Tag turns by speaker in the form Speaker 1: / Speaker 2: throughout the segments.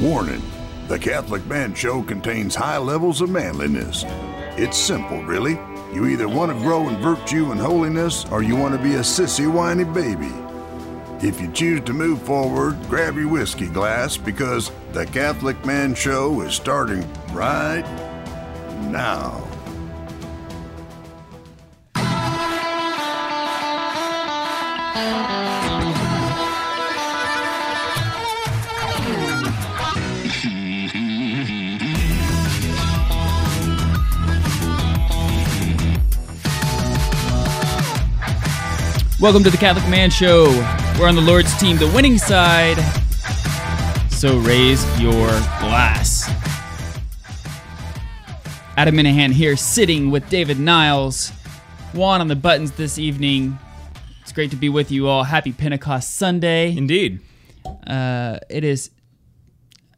Speaker 1: Warning The Catholic Man Show contains high levels of manliness. It's simple, really. You either want to grow in virtue and holiness, or you want to be a sissy, whiny baby. If you choose to move forward, grab your whiskey glass because The Catholic Man Show is starting right now.
Speaker 2: Welcome to the Catholic Man Show. We're on the Lord's team, the winning side. So raise your glass. Adam Minahan here, sitting with David Niles. Juan on the buttons this evening. It's great to be with you all. Happy Pentecost Sunday.
Speaker 3: Indeed,
Speaker 2: Uh, it is.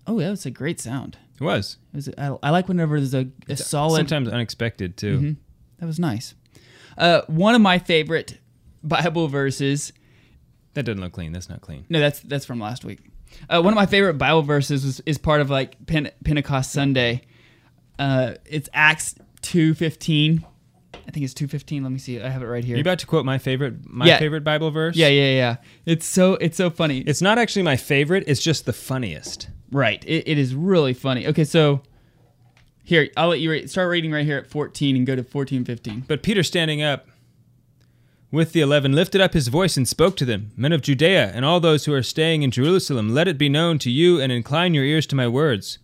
Speaker 2: Oh, that was a great sound.
Speaker 3: it was.
Speaker 2: It was, I, I like whenever there's a, a solid
Speaker 3: Sometimes unexpected too.
Speaker 2: Mm-hmm. That was nice. Uh, one of my favorite Bible verses.
Speaker 3: That doesn't look clean. That's not clean.
Speaker 2: No, that's that's from last week. Uh, one of my favorite Bible verses was, is part of like Pen- Pentecost Sunday. Uh, it's Acts two fifteen. I think it's two fifteen. Let me see. I have it right here.
Speaker 3: Are you about to quote my favorite, my
Speaker 2: Yeah.
Speaker 3: favorite Bible verse?
Speaker 2: yeah, yeah, yeah. It's so it's so funny.
Speaker 3: It's not actually my favorite. It's just the funniest.
Speaker 2: Right. It, it is really funny. Okay, so here I'll let you re- start reading right here at fourteen and go to fourteen fifteen.
Speaker 3: But Peter standing up with the eleven lifted up his voice and spoke to them, Men of Judea and all those who are staying in Jerusalem, let it be known to you and incline your ears to my words.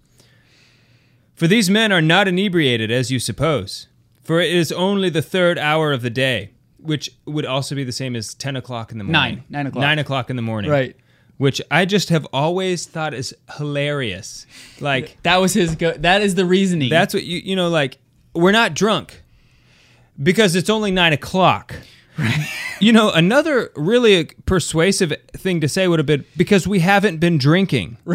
Speaker 3: For these men are not inebriated as you suppose, for it is only the third hour of the day, which would also be the same as ten o'clock in the
Speaker 2: Nine.
Speaker 3: morning.
Speaker 2: Nine o'clock.
Speaker 3: Nine o'clock in the morning.
Speaker 2: Right.
Speaker 3: Which I just have always thought is hilarious. Like
Speaker 2: That was his. Go- that is the reasoning.
Speaker 3: that's what you you know like we're not drunk because it's only nine o'clock. You know, another really persuasive thing to say would have been because we haven't been drinking.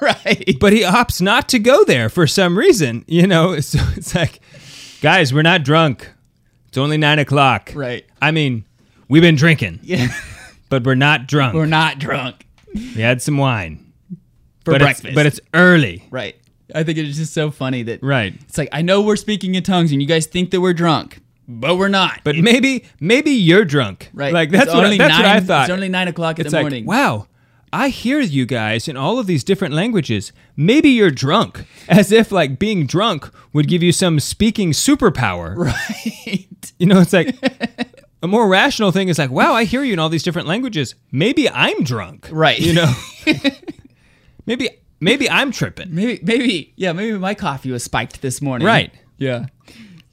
Speaker 2: right.
Speaker 3: But he opts not to go there for some reason. You know, so it's like, guys, we're not drunk. It's only nine o'clock.
Speaker 2: Right.
Speaker 3: I mean, we've been drinking,
Speaker 2: Yeah.
Speaker 3: but we're not drunk.
Speaker 2: We're not drunk.
Speaker 3: we had some wine.
Speaker 2: for
Speaker 3: but
Speaker 2: breakfast.
Speaker 3: It's, but it's early.
Speaker 2: right. I think it's just so funny that
Speaker 3: Right.
Speaker 2: It's like I know we're speaking in tongues, and you guys think that we're drunk, but we're not.
Speaker 3: But maybe maybe you're drunk.
Speaker 2: right,
Speaker 3: Like that's
Speaker 2: It's
Speaker 3: what I,
Speaker 2: only
Speaker 3: that's what I
Speaker 2: nine-
Speaker 3: thought.
Speaker 2: It's only nine o'clock in
Speaker 3: It's
Speaker 2: the
Speaker 3: like,
Speaker 2: morning.
Speaker 3: wow, I hear you guys in all of these different languages. Maybe you're drunk, as if like being drunk would give you some speaking superpower.
Speaker 2: Right.
Speaker 3: You know, it's like a more rational thing is like, wow, I hear you in all these different languages. Maybe I'm drunk.
Speaker 2: Right.
Speaker 3: You know, maybe maybe I'm tripping.
Speaker 2: maybe, maybe, yeah, maybe my coffee was spiked this morning.
Speaker 3: Right.
Speaker 2: Yeah.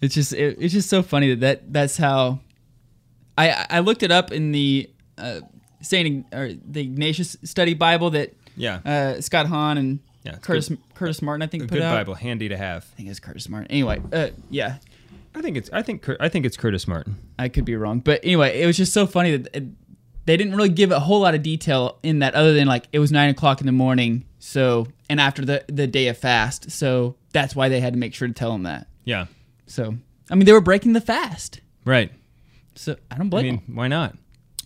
Speaker 2: It's just, it, it's just so funny that, that that's how. I I looked it up in the uh, Saint Ign- or the Ignatius Study Bible that
Speaker 3: Yeah.
Speaker 2: uh, Scott Hahn and
Speaker 3: Yeah, it's
Speaker 2: Curtis
Speaker 3: good-
Speaker 2: Curtis Martin I think put
Speaker 3: Good
Speaker 2: out.
Speaker 3: Bible, handy to have.
Speaker 2: I think it's Curtis Martin. Anyway, uh, yeah,
Speaker 3: I think it's I think Cur- I think it's Curtis Martin.
Speaker 2: I could be wrong, but anyway, it was just so funny that it, they didn't really give a whole lot of detail in that, other than like it was nine o'clock in the morning, so and after the the day of fast, so that's why they had to make sure to tell them that.
Speaker 3: Yeah.
Speaker 2: So I mean, they were breaking the fast,
Speaker 3: Right.
Speaker 2: so I don't
Speaker 3: I
Speaker 2: blame
Speaker 3: mean,
Speaker 2: them.
Speaker 3: why not?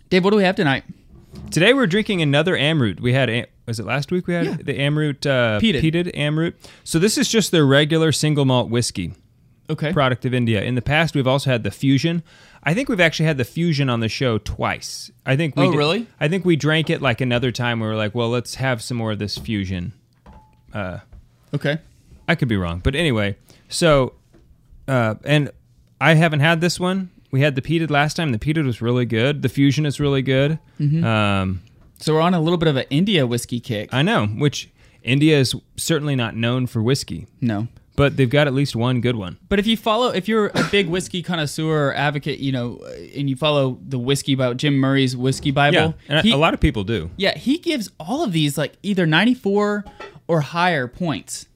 Speaker 2: Dave, what do we have tonight?
Speaker 3: Today we're drinking another Amroot. We had am- was it last week we had
Speaker 2: Yeah.
Speaker 3: the Amroot uh,
Speaker 2: Peated.
Speaker 3: peated Amroot. So this is just their regular single malt whiskey
Speaker 2: Okay,
Speaker 3: product of India. In the past we've also had the Fusion. I think we've actually had the Fusion on the show twice. I think we
Speaker 2: Oh,
Speaker 3: did-
Speaker 2: really?
Speaker 3: I think we drank it like another time. We were like, well, let's have some more of this Fusion.
Speaker 2: okay,
Speaker 3: I could be wrong, but anyway. So, uh, and I haven't had this one. We had the peated last time. The peated was really good. The Fusion is really good.
Speaker 2: Mm-hmm.
Speaker 3: Um,
Speaker 2: so we're on a little bit of an India whiskey kick.
Speaker 3: I know, which India is certainly not known for whiskey,
Speaker 2: no,
Speaker 3: but they've got at least one good one.
Speaker 2: But if you follow, if you're a big whiskey connoisseur or advocate, you know, and you follow the whiskey Bible, Jim Murray's whiskey Bible,
Speaker 3: and
Speaker 2: he-
Speaker 3: a lot of people do.
Speaker 2: yeah, he gives all of these like either 94 or higher points.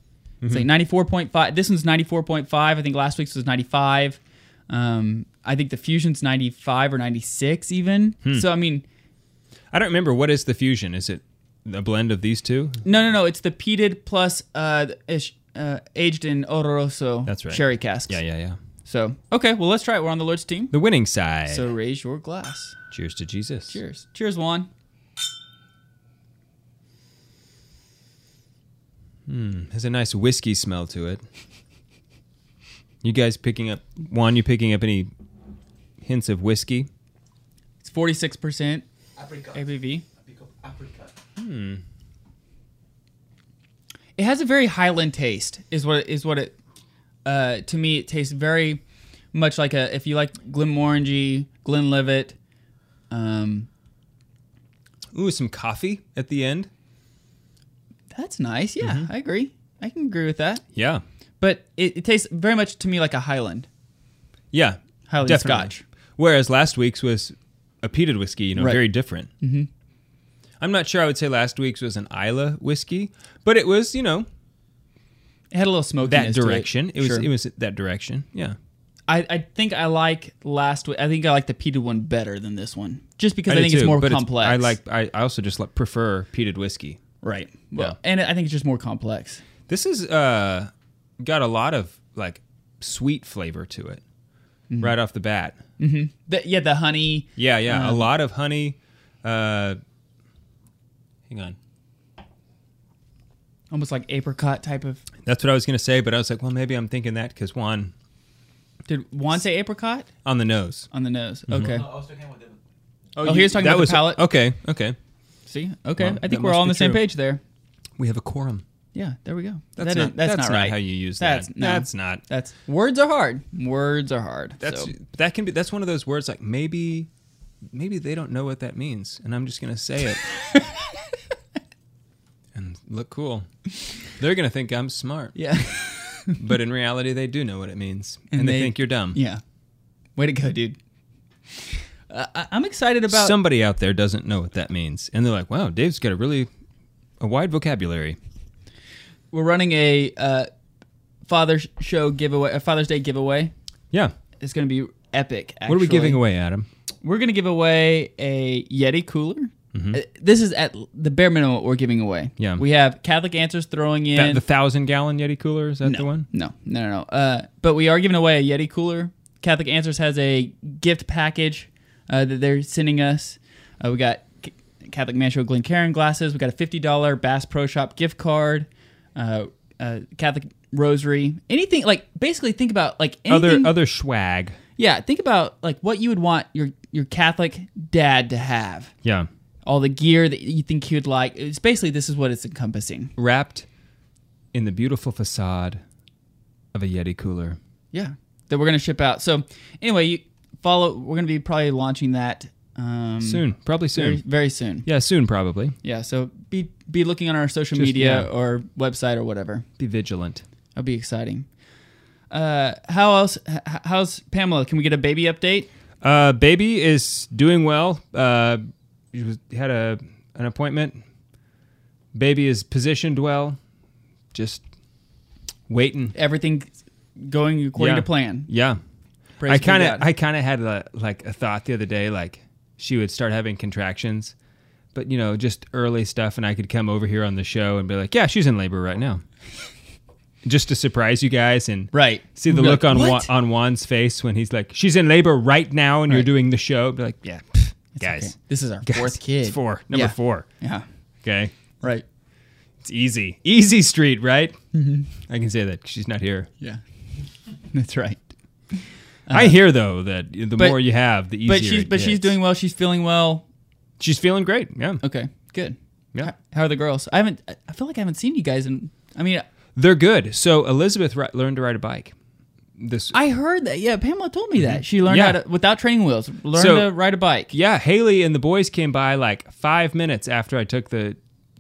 Speaker 2: It's
Speaker 3: Mm-hmm.
Speaker 2: like 94.5. This one's 94.5. I think last week's was 95. Um, I think the fusion's 95 or 96 even.
Speaker 3: Hmm.
Speaker 2: So I mean,
Speaker 3: I don't remember what is the fusion. Is it a blend of these two?
Speaker 2: no, no, no. It's the peated plus uh, ish, uh aged in Oloroso
Speaker 3: That's right.
Speaker 2: sherry casks.
Speaker 3: Yeah, yeah, yeah.
Speaker 2: So okay, well let's try it. We're on the Lord's team.
Speaker 3: The winning side.
Speaker 2: So raise your glass.
Speaker 3: Cheers to Jesus.
Speaker 2: Cheers. Cheers, Juan.
Speaker 3: Has a nice whiskey smell to it. You guys picking up Juan? You picking up any hints of whiskey?
Speaker 2: It's 46%
Speaker 4: Apricot.
Speaker 2: ABV.
Speaker 4: Apricot. Apricot.
Speaker 2: Hmm. It has a very Highland taste. Is what is what it uh, to me. It tastes very much like a if you like Glenmorangie, Glenlivet. Um,
Speaker 3: Ooh, some coffee at the end.
Speaker 2: that's nice. Yeah,
Speaker 3: Mm-hmm.
Speaker 2: I agree. I can agree with that.
Speaker 3: Yeah,
Speaker 2: But it, it tastes very much to me like a Highland.
Speaker 3: yeah,
Speaker 2: Highland
Speaker 3: definitely.
Speaker 2: Scotch.
Speaker 3: Whereas last week's was a peated whiskey. You know,
Speaker 2: Right.
Speaker 3: very different. Mm-hmm. I'm not sure. I would say last week's was an Isla whiskey, but it was you know
Speaker 2: It had a little
Speaker 3: that
Speaker 2: smokiness. to
Speaker 3: direction. It was
Speaker 2: Sure.
Speaker 3: it was that direction. Yeah.
Speaker 2: I, I think I like last week. I think I like the peated one better than this one, just because I,
Speaker 3: do
Speaker 2: think it's
Speaker 3: too,
Speaker 2: more
Speaker 3: but
Speaker 2: complex.
Speaker 3: I like. I, I also just like, prefer peated whiskey.
Speaker 2: right. Well, and I think it's just more complex.
Speaker 3: This is uh, got a lot of like sweet flavor to it
Speaker 2: Mm-hmm.
Speaker 3: right off the bat.
Speaker 2: The, yeah, the honey.
Speaker 3: Yeah, yeah,
Speaker 2: Mm-hmm.
Speaker 3: a lot of honey. Uh, hang on,
Speaker 2: almost like apricot type of.
Speaker 3: that's what I was gonna say, but I was like, well, maybe I'm thinking that because Juan
Speaker 2: Did Juan say apricot
Speaker 3: on the nose.
Speaker 2: on the nose?
Speaker 3: Mm-hmm.
Speaker 2: Okay.
Speaker 4: No, I was talking about the.
Speaker 2: Oh, he was talking
Speaker 3: that
Speaker 2: about the
Speaker 3: was,
Speaker 2: palate?
Speaker 3: Okay, okay,
Speaker 2: See, okay.
Speaker 3: Well,
Speaker 2: I
Speaker 3: that
Speaker 2: think we're
Speaker 3: must
Speaker 2: all on
Speaker 3: be
Speaker 2: the same
Speaker 3: true.
Speaker 2: page there.
Speaker 3: we have a quorum.
Speaker 2: Yeah, there we go.
Speaker 3: That's
Speaker 2: That
Speaker 3: not.
Speaker 2: is- that's, not, right.
Speaker 3: how you use
Speaker 2: that's,
Speaker 3: that.
Speaker 2: No,
Speaker 3: That's not.
Speaker 2: That's words are hard. Words are hard.
Speaker 3: That's
Speaker 2: so.
Speaker 3: that can be. That's one of those words like maybe, maybe they don't know what that means, and I'm just gonna say it, and look cool. They're gonna think I'm smart,
Speaker 2: yeah,
Speaker 3: but in reality, they do know what it means, and,
Speaker 2: And
Speaker 3: they,
Speaker 2: they-
Speaker 3: think you're dumb.
Speaker 2: yeah. Way to go, dude. Uh, I, I'm excited about.
Speaker 3: Somebody out there doesn't know what that means, and they're like, "Wow, Dave's got a really a wide vocabulary."
Speaker 2: we're running a uh, Father's Show giveaway, a Father's Day giveaway.
Speaker 3: Yeah.
Speaker 2: It's going to be epic. Actually.
Speaker 3: What are we giving away, Adam?
Speaker 2: We're going to give away a Yeti cooler. Uh, This is at l- the bare minimum what we're giving away.
Speaker 3: Mm-hmm. Yeah.
Speaker 2: we have Catholic Answers throwing in
Speaker 3: That, the thousand gallon Yeti cooler is that
Speaker 2: no,
Speaker 3: the one?
Speaker 2: No, no, no. no. Uh, but we are giving away a Yeti cooler. Catholic Answers has a gift package uh, that they're sending us. Uh, we got C- Catholic Man Show Glencairn glasses. We got a fifty dollar Bass Pro Shop gift card. Uh, uh, Catholic rosary. Anything like basically think about like anything.
Speaker 3: Other other swag.
Speaker 2: yeah, think about like what you would want your your Catholic dad to have.
Speaker 3: Yeah.
Speaker 2: All the gear that you think he would like. It's basically this is what it's encompassing.
Speaker 3: Wrapped in the beautiful facade of a Yeti cooler.
Speaker 2: yeah that we're gonna ship out so anyway you follow we're gonna be probably launching that um
Speaker 3: Soon, probably soon.
Speaker 2: very, very soon
Speaker 3: yeah, soon probably.
Speaker 2: yeah so be be looking on our social
Speaker 3: Just-
Speaker 2: media
Speaker 3: yeah.
Speaker 2: or website or whatever
Speaker 3: Be vigilant.
Speaker 2: that'll be exciting uh how else h- how's pamela can we get a baby update
Speaker 3: Uh, baby is doing well. Uh, he was, had a an appointment. Baby is positioned well. Just waiting.
Speaker 2: everything going according
Speaker 3: Yeah.
Speaker 2: to plan
Speaker 3: Yeah,
Speaker 2: Praise
Speaker 3: I
Speaker 2: be
Speaker 3: kind
Speaker 2: God.
Speaker 3: of I kind of had a, like a thought the other day, like she would start having contractions, but you know, just early stuff, and I could come over here on the show and be like, "Yeah, she's in labor right now," just to surprise you guys and
Speaker 2: right
Speaker 3: See the
Speaker 2: We'll be
Speaker 3: look
Speaker 2: like,
Speaker 3: on Juan,
Speaker 2: "What?"
Speaker 3: on Juan's face when he's like, "She's in labor right now, and you're
Speaker 2: Right.
Speaker 3: doing the show." Be like, "Yeah, pff, Oh, guys,
Speaker 2: Okay, this is our
Speaker 3: guys,
Speaker 2: fourth kid
Speaker 3: It's four, number
Speaker 2: Yeah.
Speaker 3: four.
Speaker 2: yeah
Speaker 3: Okay,
Speaker 2: right
Speaker 3: it's easy, easy street, right?
Speaker 2: Mm-hmm.
Speaker 3: I can say that 'cause she's not here.
Speaker 2: yeah that's right
Speaker 3: I hear though that the
Speaker 2: Uh-huh. but-
Speaker 3: more you have, the easier.
Speaker 2: but she's
Speaker 3: it
Speaker 2: but she's
Speaker 3: gets.
Speaker 2: doing well she's feeling well
Speaker 3: She's feeling great. Yeah,
Speaker 2: Okay, good.
Speaker 3: Yeah.
Speaker 2: H- How are the girls? I haven't. I- I feel like I haven't seen you guys in. I mean,
Speaker 3: they're good. So Elizabeth ri- learned to ride a bike. This,
Speaker 2: I heard that. Yeah, Pamela told me that she learned
Speaker 3: Mm-hmm. Yeah.
Speaker 2: how to without training wheels, learned
Speaker 3: So-
Speaker 2: to ride a bike.
Speaker 3: yeah, Haley and the boys came by like five minutes after I took the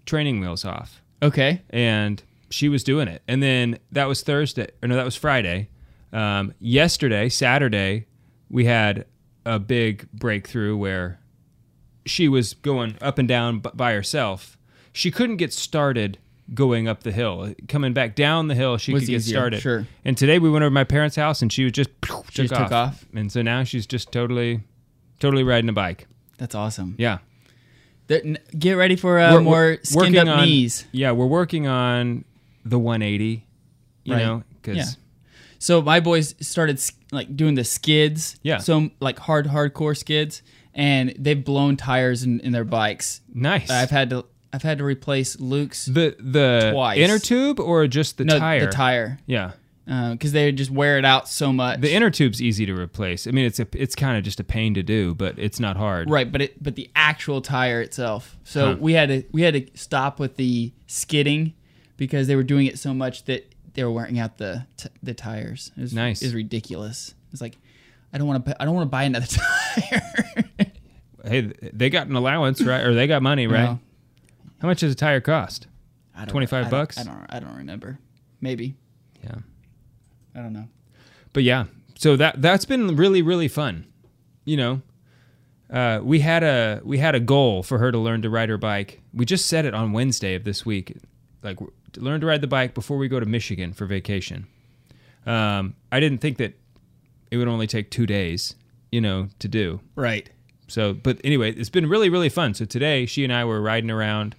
Speaker 3: training wheels off.
Speaker 2: Okay.
Speaker 3: and she was doing it. And then that was Thursday, or no, that was Friday. Um, yesterday, Saturday, we had a big breakthrough where she was going up and down b- by herself. She couldn't get started going up the hill. Coming back down the hill, she
Speaker 2: Was
Speaker 3: could get
Speaker 2: easier,
Speaker 3: started.
Speaker 2: sure.
Speaker 3: And today we went over to my parents' house, and she was just, took,
Speaker 2: just took off.
Speaker 3: And so now she's just totally, totally riding a bike.
Speaker 2: That's awesome.
Speaker 3: Yeah.
Speaker 2: There- n- Get ready for uh, more skinned up
Speaker 3: on,
Speaker 2: knees.
Speaker 3: Yeah, we're working on the 180. You
Speaker 2: Right.
Speaker 3: know, because
Speaker 2: Yeah. So my boys started s- like doing the skids.
Speaker 3: Yeah.
Speaker 2: So like hard hardcore skids, and they've blown tires in, in their bikes.
Speaker 3: nice.
Speaker 2: I've had to I've had to replace Luke's
Speaker 3: The the
Speaker 2: Twice.
Speaker 3: inner tube or just the
Speaker 2: no
Speaker 3: tire?
Speaker 2: the tire
Speaker 3: Yeah.
Speaker 2: because Uh, they just wear it out so much.
Speaker 3: The inner tube's easy to replace. I mean, it's a, it's kind of just a pain to do, but it's not hard.
Speaker 2: Right, but it but the actual tire itself. So
Speaker 3: Huh.
Speaker 2: we had to we had to stop with the skidding because they were doing it so much that they were wearing out the t- the tires. It was,
Speaker 3: Nice.
Speaker 2: It was ridiculous. It's like I don't want to I don't want to buy another tire.
Speaker 3: Hey, they got an allowance, right? Or they got money, right?
Speaker 2: No.
Speaker 3: How much does a tire cost?
Speaker 2: I don't-
Speaker 3: 25
Speaker 2: I don't-
Speaker 3: bucks?
Speaker 2: I don't I don't remember. Maybe
Speaker 3: Yeah.
Speaker 2: I don't know.
Speaker 3: But yeah, so that that's been really really fun. You know, uh, we had a we had a goal for her to learn to ride her bike. We just set it on Wednesday of this week, like w- to learn to ride the bike before we go to Michigan for vacation. Um, I didn't think that it would only take two days, you know, to do.
Speaker 2: Right.
Speaker 3: So, but anyway, it's been really, really fun. So today, she and I were riding around.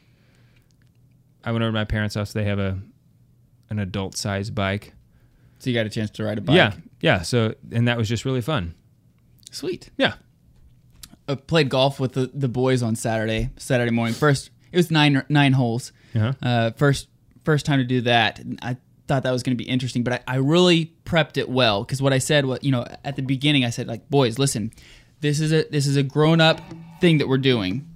Speaker 3: I went over to my parents' house. They have a an adult sized bike.
Speaker 2: So you got a chance to ride a bike.
Speaker 3: Yeah, yeah. So, and that was just really fun.
Speaker 2: Sweet.
Speaker 3: Yeah,
Speaker 2: I uh, played golf with the, the boys on Saturday Saturday morning. First it was nine nine holes.
Speaker 3: Uh-huh.
Speaker 2: Uh, first first time to do that. And I thought that was going to be interesting, but I, I really prepped it well because what I said was you know at the beginning I said like boys listen, this is a this is a grown up thing that we're doing,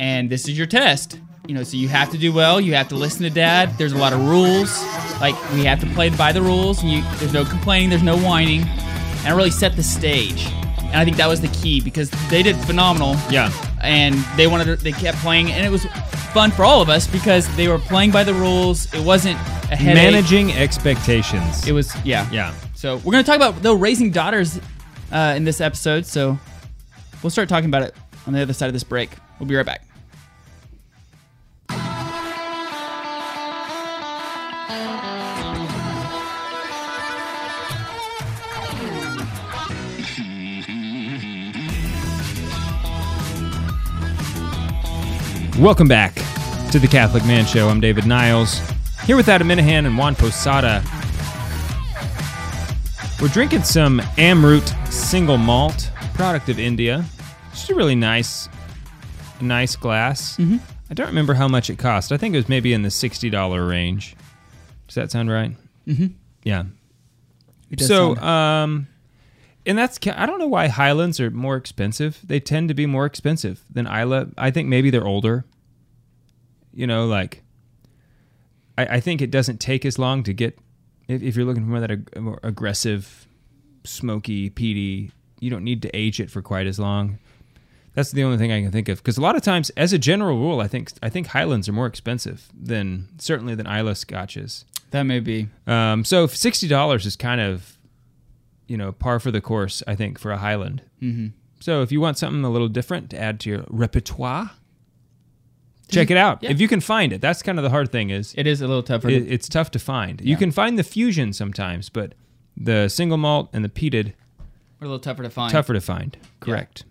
Speaker 2: and this is your test. You know, so you have to do well. You have to listen to dad. There's a lot of rules. Like we have to play by the rules. And you, there's no complaining. There's no whining. And I really set the stage. And I think that was the key because they did phenomenal
Speaker 3: yeah,
Speaker 2: and they wanted to, they kept playing and it was fun for all of us because they were playing by the rules it wasn't a headache
Speaker 3: managing expectations.
Speaker 2: it was yeah
Speaker 3: yeah,
Speaker 2: so we're gonna talk about though raising daughters uh, in this episode so we'll start talking about it on the other side of this break we'll be right back
Speaker 3: Welcome back to the Catholic Man Show. I'm David Niles, here with Adam Minahan and Juan Posada. We're drinking some Amrut single malt, product of India. Just a really nice, nice glass.
Speaker 2: Mm-hmm.
Speaker 3: I don't remember how much it cost. I think it was maybe in the $60 range. Does that sound right? Mm-hmm. Yeah.
Speaker 2: It does
Speaker 3: So,
Speaker 2: sound-
Speaker 3: um, and that's ca- I don't know why Highlands are more expensive. They tend to be more expensive than Isla. I think maybe they're older. You know, like I, I think it doesn't take as long to get if, if you're looking for more that ag- more aggressive, smoky, peaty. You don't need to age it for quite as long. That's the only thing I can think of because a lot of times, as a general rule, I think I think Highlands are more expensive than certainly than Isla Scotches.
Speaker 2: that may be
Speaker 3: Um, so if sixty dollars is kind of, you know, par for the course. I think for a Highland. Mm-hmm. So if you want something a little different to add to your repertoire, check it out
Speaker 2: Yeah.
Speaker 3: if you can find it. That's kind of the hard thing is
Speaker 2: it is a little tougher
Speaker 3: it, it's tough to find. You can find the fusion sometimes, but the single malt and the peated
Speaker 2: a little tougher to find
Speaker 3: tougher to find. Correct.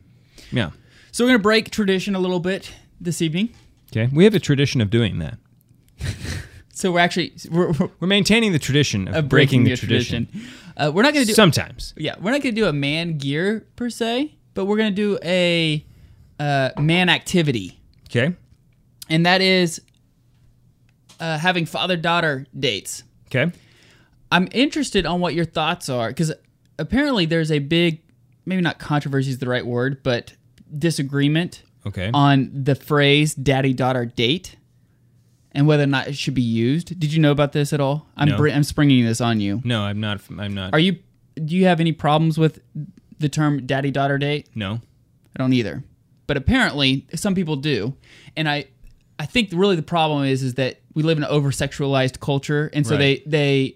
Speaker 3: Yeah.
Speaker 2: so we're gonna break tradition a little bit this evening
Speaker 3: Okay. We have a tradition of doing that.
Speaker 2: so we're actually we're, we're
Speaker 3: We're maintaining the tradition of,
Speaker 2: breaking,
Speaker 3: breaking,
Speaker 2: the,
Speaker 3: the
Speaker 2: tradition, Uh, we're not gonna do
Speaker 3: tradition. Sometimes.
Speaker 2: yeah, we're not gonna do a man gear per se, but we're gonna do a uh, man activity,
Speaker 3: Okay.
Speaker 2: and that is uh, having father daughter dates.
Speaker 3: Okay.
Speaker 2: I'm interested on what your thoughts are because apparently there's a big, maybe not controversy is the right word, but disagreement
Speaker 3: Okay.
Speaker 2: on the phrase daddy daughter date and whether or not it should be used. Did you know about this at all? I'm
Speaker 3: No.
Speaker 2: br- I'm springing this on you.
Speaker 3: no, I'm not. I'm not.
Speaker 2: Are you? Do you have any problems with the term daddy daughter date?
Speaker 3: no.
Speaker 2: I don't either. But apparently, some people do, and I, I think really the problem is is that we live in an over sexualized culture, and so
Speaker 3: Right.
Speaker 2: they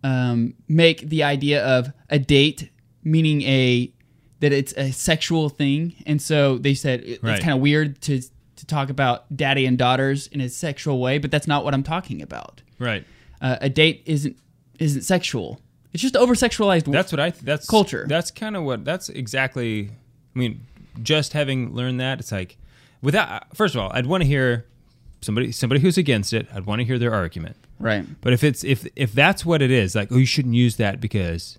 Speaker 2: they um, make the idea of a date meaning a that it's a sexual thing, and so they said it-
Speaker 3: Right.
Speaker 2: it's kind of weird to to talk about daddy and daughters in a sexual way, but that's not what I'm talking about.
Speaker 3: Right.
Speaker 2: Uh, a date isn't isn't sexual. It's just over sexualized.
Speaker 3: That's what I. Th- that's
Speaker 2: Culture.
Speaker 3: That's kind of what. That's exactly. I mean, just having learned that, it's like, without. First of all, I'd want to hear somebody somebody who's against it. I'd want to hear their argument.
Speaker 2: right.
Speaker 3: But if it's if if that's what it is, like, oh, you shouldn't use that because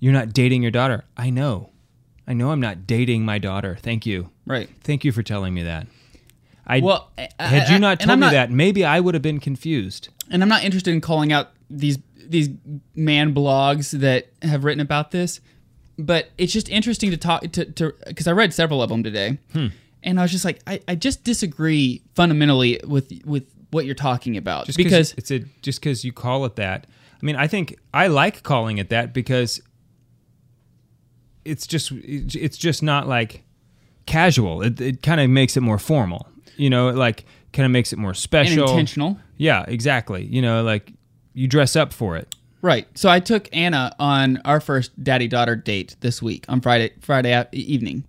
Speaker 3: you're not dating your daughter. I know. I know I'm not dating my daughter. Thank you.
Speaker 2: Right.
Speaker 3: Thank you for telling me that. I
Speaker 2: Well, I- I-
Speaker 3: had you
Speaker 2: I-
Speaker 3: not
Speaker 2: and
Speaker 3: told
Speaker 2: I'm
Speaker 3: me
Speaker 2: not-
Speaker 3: that, maybe I would have been confused.
Speaker 2: and I'm not interested in calling out these these man blogs that have written about this, but it's just interesting to talk to to because I read several of them today, and I was just like, I, I just disagree fundamentally with with what you're talking about
Speaker 3: Just
Speaker 2: because
Speaker 3: it's a just because you call it that. I mean, I think I like calling it that because it's just it's just not like casual. It, it kind of makes it more formal. You know, it like kind of makes it more
Speaker 2: and
Speaker 3: special.
Speaker 2: intentional.
Speaker 3: Yeah, exactly. You know, like you dress up for it.
Speaker 2: Right. So I took Anna on our first daddy daughter date this week on Friday Friday a- evening.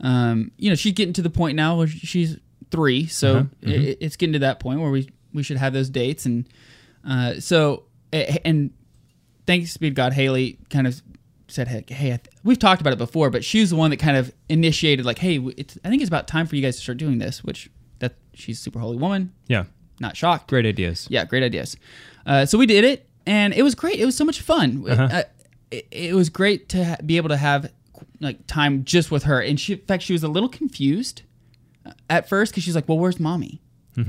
Speaker 2: Um, you know, she's getting to the point now where she's three, so i i- it's getting to that point where we we should have those dates, and uh, so a- and thanks be to God, Haley kind of said, "Hey, hey I th- we've talked about it before, but she's the one that kind of initiated, like, hey, w- it's, I think it's about time for you guys to start doing this." Which that she's a super holy woman,
Speaker 3: Yeah,
Speaker 2: not shocked,
Speaker 3: great ideas.
Speaker 2: yeah, great ideas. Uh, so we did it, and it was great. It was so much fun. It- uh, It, it was great to ha- be able to have like time just with her. And she, in fact, she was a little confused uh, at first because she's like, "Well, where's mommy?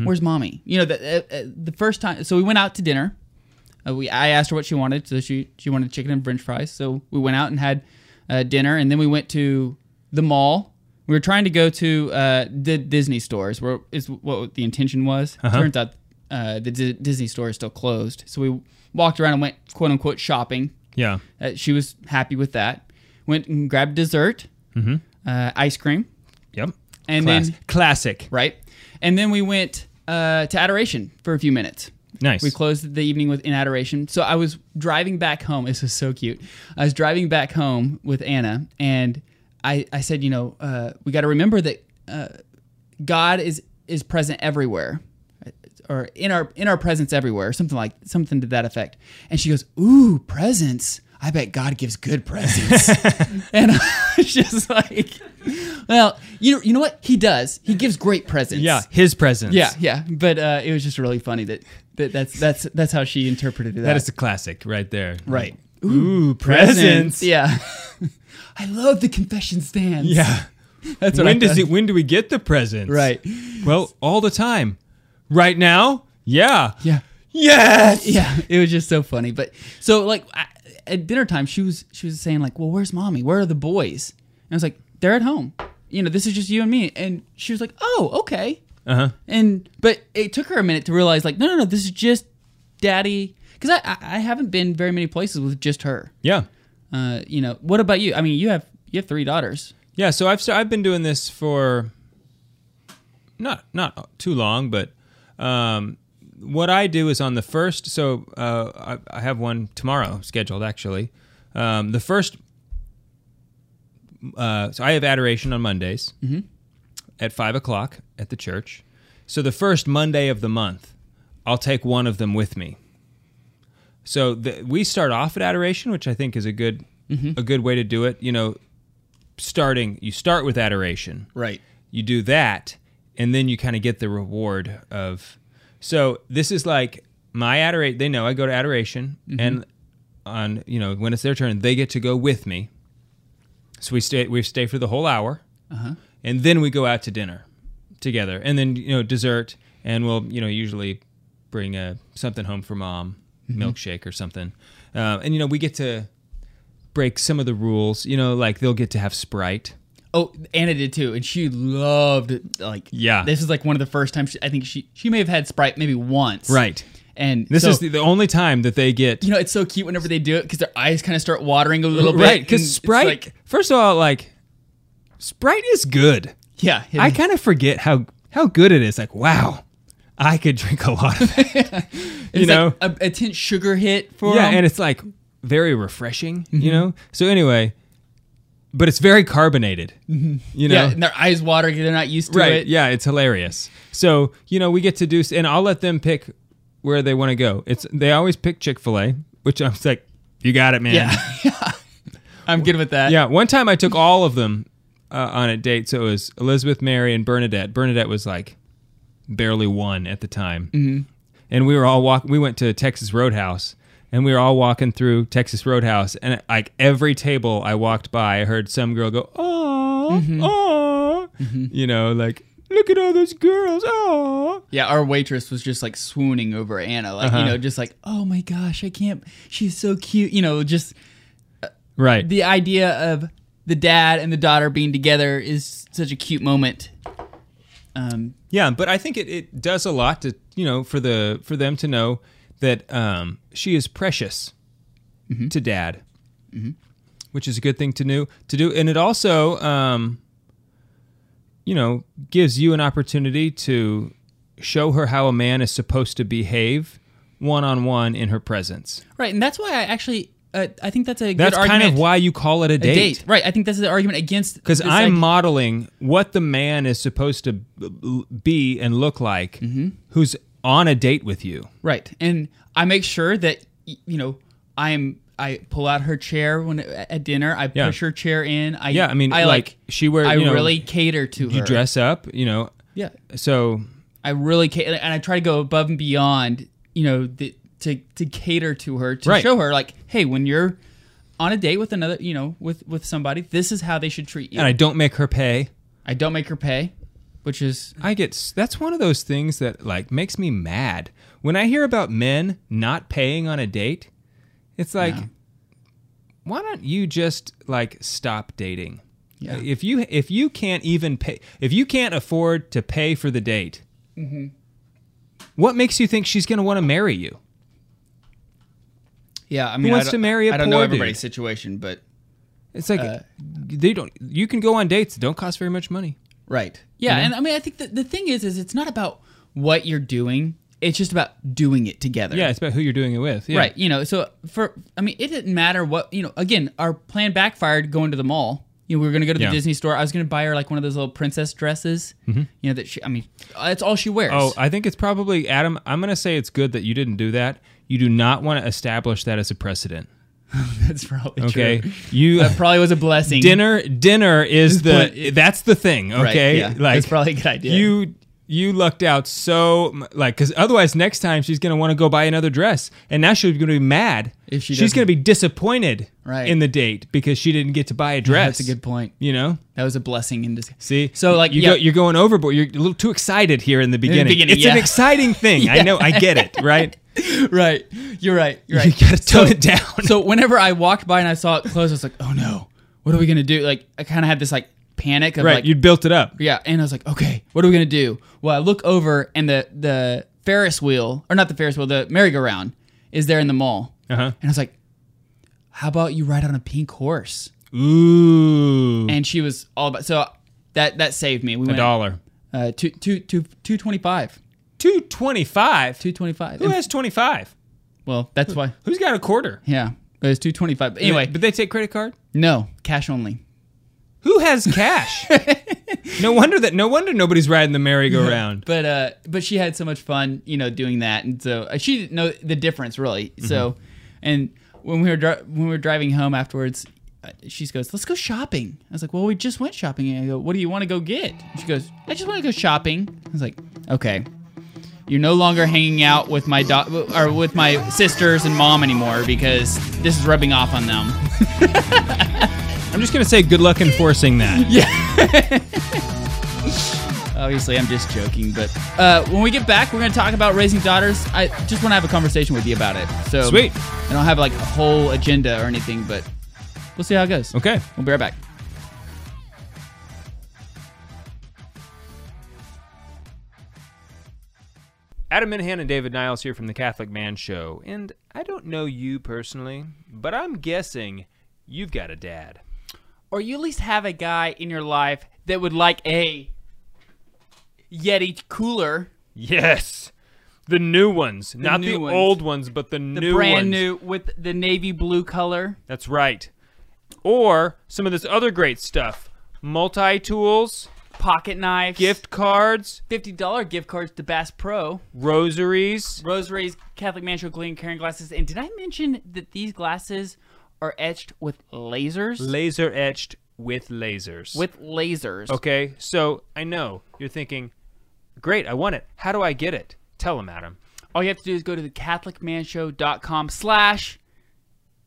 Speaker 2: Where's mommy?" You know, the uh, uh, the first time. So we went out to dinner. Uh, we I asked her what she wanted, so she she wanted chicken and French fries. So we went out and had uh, dinner, and then we went to the mall. We were trying to go to uh, the Disney stores, where is what the intention was. Turns out uh, the D- Disney store is still closed, so we walked around and went quote unquote shopping.
Speaker 3: Yeah,
Speaker 2: Uh, she was happy with that. Went and grabbed dessert, uh, ice cream,
Speaker 3: yep.
Speaker 2: and
Speaker 3: Class-
Speaker 2: then
Speaker 3: classic.
Speaker 2: right? And then we went uh, to adoration for a few minutes.
Speaker 3: Nice.
Speaker 2: We closed the evening with in adoration. So I was driving back home. This is so cute. I was driving back home with Anna, and I, I said, you know, uh, we got to remember that uh, God is is present everywhere, or in our in our presence everywhere, or something like something to that effect. And she goes, "Ooh, presents! I bet God gives good presents." and I was just like, "Well, you know, you know what? He does. He gives great presents."
Speaker 3: yeah, his presence.
Speaker 2: Yeah, yeah, but uh, it was just really funny that, that that's that's that's how she interpreted that.
Speaker 3: that is a classic right there.
Speaker 2: right.
Speaker 3: Ooh, presents.
Speaker 2: Yeah. I love the confession stands.
Speaker 3: Yeah.
Speaker 2: that's what
Speaker 3: when
Speaker 2: I
Speaker 3: does
Speaker 2: thought.
Speaker 3: it? When do we get the presents?
Speaker 2: Right.
Speaker 3: Well, all the time. Right now. Yeah.
Speaker 2: Yeah.
Speaker 3: Yes.
Speaker 2: Yeah, it was just so funny. But so like I, at dinner time, she was she was saying like, "Well, where's mommy? Where are the boys?" And I was like, "They're at home. You know, this is just you and me." And she was like, "Oh, okay."
Speaker 3: Uh huh.
Speaker 2: And but it took her a minute to realize like, no, no, no, this is just daddy. Because I, I I haven't been very many places with just her.
Speaker 3: Yeah.
Speaker 2: Uh, you know, what about you? I mean, you have you have three daughters.
Speaker 3: Yeah. So I've st- I've been doing this for not not too long, but um, what I do is on the first. So uh, I, I have one tomorrow scheduled actually. Um, the first. Uh, so I have adoration on Mondays at five o'clock at the church. So the first Monday of the month, I'll take one of them with me. So the, we start off at adoration, which I think is a good a good way to do it. You know, starting you start with adoration,
Speaker 2: Right.
Speaker 3: you do that and then you kind of get the reward of so this is like my adorate they know i go to adoration and on you know when it's their turn they get to go with me so we stay we stay for the whole hour and then we go out to dinner together and then you know dessert and we'll you know usually bring a something home for mom milkshake or something uh, and you know we get to break some of the rules you know like they'll get to have sprite
Speaker 2: Oh, Anna did too, and she loved like
Speaker 3: Yeah.
Speaker 2: This is like one of the first times she, I think she she may have had Sprite maybe once. And
Speaker 3: This
Speaker 2: so,
Speaker 3: is the, the only time that they get
Speaker 2: you know it's so cute whenever they do it because their eyes kind of start watering a little bit.
Speaker 3: right
Speaker 2: and
Speaker 3: because
Speaker 2: it's
Speaker 3: Sprite.
Speaker 2: like-
Speaker 3: first of all, like Sprite is good.
Speaker 2: yeah. it
Speaker 3: I
Speaker 2: is.
Speaker 3: kind of forget how how good it is. Like wow, I could drink a lot of it. you
Speaker 2: It's
Speaker 3: know,
Speaker 2: like a, a tint sugar hit for
Speaker 3: yeah,
Speaker 2: 'em.
Speaker 3: and it's like very refreshing. You know, so anyway, but it's very carbonated. You know,
Speaker 2: yeah, and their eyes watering. They're not used to
Speaker 3: right?
Speaker 2: it.
Speaker 3: Yeah, it's hilarious. So you know, we get to do, and I'll let them pick where they want to go. It's they always pick Chick Fil A, which I'm just like, you got it, man.
Speaker 2: Yeah. Yeah. I'm good with that.
Speaker 3: Yeah, one time I took all of them uh, on a date. So it was Elizabeth, Mary, and Bernadette. Bernadette was like barely one at the time, mm-hmm. and we were all walk. We went to Texas Roadhouse, and we were all walking through Texas Roadhouse, and like every Mm-hmm. table I walked by, I heard some girl go, "Oh, oh," you know, like Look at all those girls. Oh.
Speaker 2: Yeah, our waitress was just like swooning over Anna, like
Speaker 3: Uh-huh.
Speaker 2: you know, just like oh my gosh, I can't. She's so cute, you know. Just
Speaker 3: Right.
Speaker 2: the idea of the dad and the daughter being together is such a cute moment. Um,
Speaker 3: Yeah, but I think it, it does a lot to you know for the for them to know that um, she is precious
Speaker 2: Mm-hmm.
Speaker 3: to dad, which is a good thing to do. To do, and it also um, you know gives you an opportunity to show her how a man is supposed to behave one on one in her presence.
Speaker 2: right, and that's why I actually uh, I think that's a
Speaker 3: That's
Speaker 2: good
Speaker 3: kind
Speaker 2: argument.
Speaker 3: of why you call it a
Speaker 2: a
Speaker 3: date.
Speaker 2: date. right? I think that's the argument against
Speaker 3: Because
Speaker 2: this
Speaker 3: I'm
Speaker 2: idea-
Speaker 3: modeling what the man is supposed to b- be and look like
Speaker 2: Mm-hmm.
Speaker 3: who's on a date with you.
Speaker 2: Right. And I make sure that y- you know I'm I pull out her chair when at dinner. I
Speaker 3: Yeah.
Speaker 2: push her chair in. I
Speaker 3: Yeah, I mean,
Speaker 2: I
Speaker 3: like, she wear-
Speaker 2: I
Speaker 3: you know,
Speaker 2: really cater to
Speaker 3: You
Speaker 2: her.
Speaker 3: dress up, you know.
Speaker 2: Yeah.
Speaker 3: So
Speaker 2: I really cater, and I try to go above and beyond. You know, the, to to cater to her to
Speaker 3: Right.
Speaker 2: show her like, hey, when you're on a date with another, you know, with with somebody, this is how they should treat you.
Speaker 3: and I don't make her pay.
Speaker 2: I don't make her pay, which is
Speaker 3: I get s- that's one of those things that like makes me mad when I hear about men not paying on a date. It's like, why don't you just like stop dating?
Speaker 2: Yeah.
Speaker 3: If you if you can't even pay if you can't afford to pay for the date,
Speaker 2: Mm-hmm.
Speaker 3: what makes you think she's gonna want to marry you?
Speaker 2: yeah. I mean,
Speaker 3: wants
Speaker 2: I
Speaker 3: to
Speaker 2: don't-
Speaker 3: marry a
Speaker 2: I don't
Speaker 3: poor
Speaker 2: know
Speaker 3: dude?
Speaker 2: everybody's situation, but
Speaker 3: It's like
Speaker 2: Uh,
Speaker 3: they don't. You can go on dates that don't cost very much money.
Speaker 2: Right. Yeah, and I mean, I think that the thing is, is it's not about what you're doing; it's just about doing it together.
Speaker 3: Yeah, it's about who you're doing it with. Yeah.
Speaker 2: Right. You know, so for I mean, it didn't matter what you know. Again, our plan backfired going to the mall. You know, we were going to go to the
Speaker 3: Yeah. Mm-hmm.
Speaker 2: Disney store. I was going to buy her like one of those little princess dresses. You know that she. I mean, that's all she wears.
Speaker 3: Oh, I think it's probably Adam. I'm going to say it's good that you didn't do that. You do not want to establish that as a precedent.
Speaker 2: that's probably
Speaker 3: Okay,
Speaker 2: true.
Speaker 3: you
Speaker 2: That probably was a blessing.
Speaker 3: dinner dinner is the
Speaker 2: But it-
Speaker 3: that's the thing.
Speaker 2: Right,
Speaker 3: Okay,
Speaker 2: yeah. that's probably a good idea.
Speaker 3: you you lucked out so m- like because otherwise next time she's going to want to go buy another dress and now she's going to be mad
Speaker 2: If she
Speaker 3: she's
Speaker 2: doesn't-
Speaker 3: going to be disappointed
Speaker 2: Right.
Speaker 3: in the date because she didn't get to buy a dress.
Speaker 2: That's a good point.
Speaker 3: You know.
Speaker 2: That was a blessing in disguise.
Speaker 3: See,
Speaker 2: So, like,
Speaker 3: you
Speaker 2: yeah.
Speaker 3: go, you're going overboard. You're a little too excited here in the beginning.
Speaker 2: beginning,
Speaker 3: it's an
Speaker 2: yeah.
Speaker 3: exciting thing. I know. I get it. Right.
Speaker 2: right. You're right. You're
Speaker 3: You
Speaker 2: right.
Speaker 3: gotta tone it down.
Speaker 2: so whenever I walked by and I saw it close, I was like, "Oh no, what are we gonna do?" Like I kind of had this like panic of
Speaker 3: right,
Speaker 2: like,
Speaker 3: you built it up.
Speaker 2: yeah, and I was like, "Okay, what are we gonna do?" Well, I look over and the the Ferris wheel, or not the Ferris wheel, the merry-go-round is there in the mall,
Speaker 3: Uh-huh.
Speaker 2: and I was like, "How about you ride on a pink horse?"
Speaker 3: Ooh,
Speaker 2: And she was all about so that that saved me. We
Speaker 3: Mm. a
Speaker 2: went
Speaker 3: dollar.
Speaker 2: uh, two two two two twenty five.
Speaker 3: Two twenty-five.
Speaker 2: Two twenty five.
Speaker 3: Who has twenty-five?
Speaker 2: Well, that's why.
Speaker 3: Who's got a quarter?
Speaker 2: Yeah, it was two twenty five. But anyway,
Speaker 3: but they take credit card.
Speaker 2: no cash only.
Speaker 3: Who has cash? no wonder that. No wonder nobody's riding the merry-go-round.
Speaker 2: but uh but she had so much fun you know doing that and so uh, she didn't know the difference really so and when we were dri- when we were driving home afterwards uh, she goes let's go shopping i was like well we just went shopping and i go what do you want to go get she goes i just want to go shopping i was like okay you're no longer hanging out with my do- or with my sisters and mom anymore because this is rubbing off on them
Speaker 3: I'm just gonna say good luck enforcing that.
Speaker 2: Obviously, I'm just joking, but uh, when we get back, we're going to talk about raising daughters. I just want to have a conversation with you about it. So
Speaker 3: Sweet.
Speaker 2: I don't have like a whole agenda or anything, but we'll see how it goes.
Speaker 3: Okay.
Speaker 2: We'll be right back.
Speaker 3: Adam Minahan and David Niles here from the Catholic Man Show, and I don't know you personally, but I'm guessing you've got a dad.
Speaker 2: Or you at least have a guy in your life that would like a Yeti cooler,
Speaker 3: Yes. The new ones, not
Speaker 2: new
Speaker 3: the
Speaker 2: ones.
Speaker 3: old ones, but the,
Speaker 2: the
Speaker 3: new
Speaker 2: brand
Speaker 3: ones.
Speaker 2: new with the navy blue color.
Speaker 3: That's right. Or some of this other great stuff multi tools,
Speaker 2: Pocket knife,
Speaker 3: gift cards,
Speaker 2: fifty dollar gift cards to Bass Pro,
Speaker 3: rosaries.
Speaker 2: rosaries, Catholic Man Show Glean Karen glasses, and did I mention that these glasses are etched with lasers?
Speaker 3: Laser etched with lasers.
Speaker 2: with lasers.
Speaker 3: Okay, so I know you're thinking, great, I want it. How do I get it? Tell him, Adam.
Speaker 2: All you have to do is go to the catholicmanshow.com slash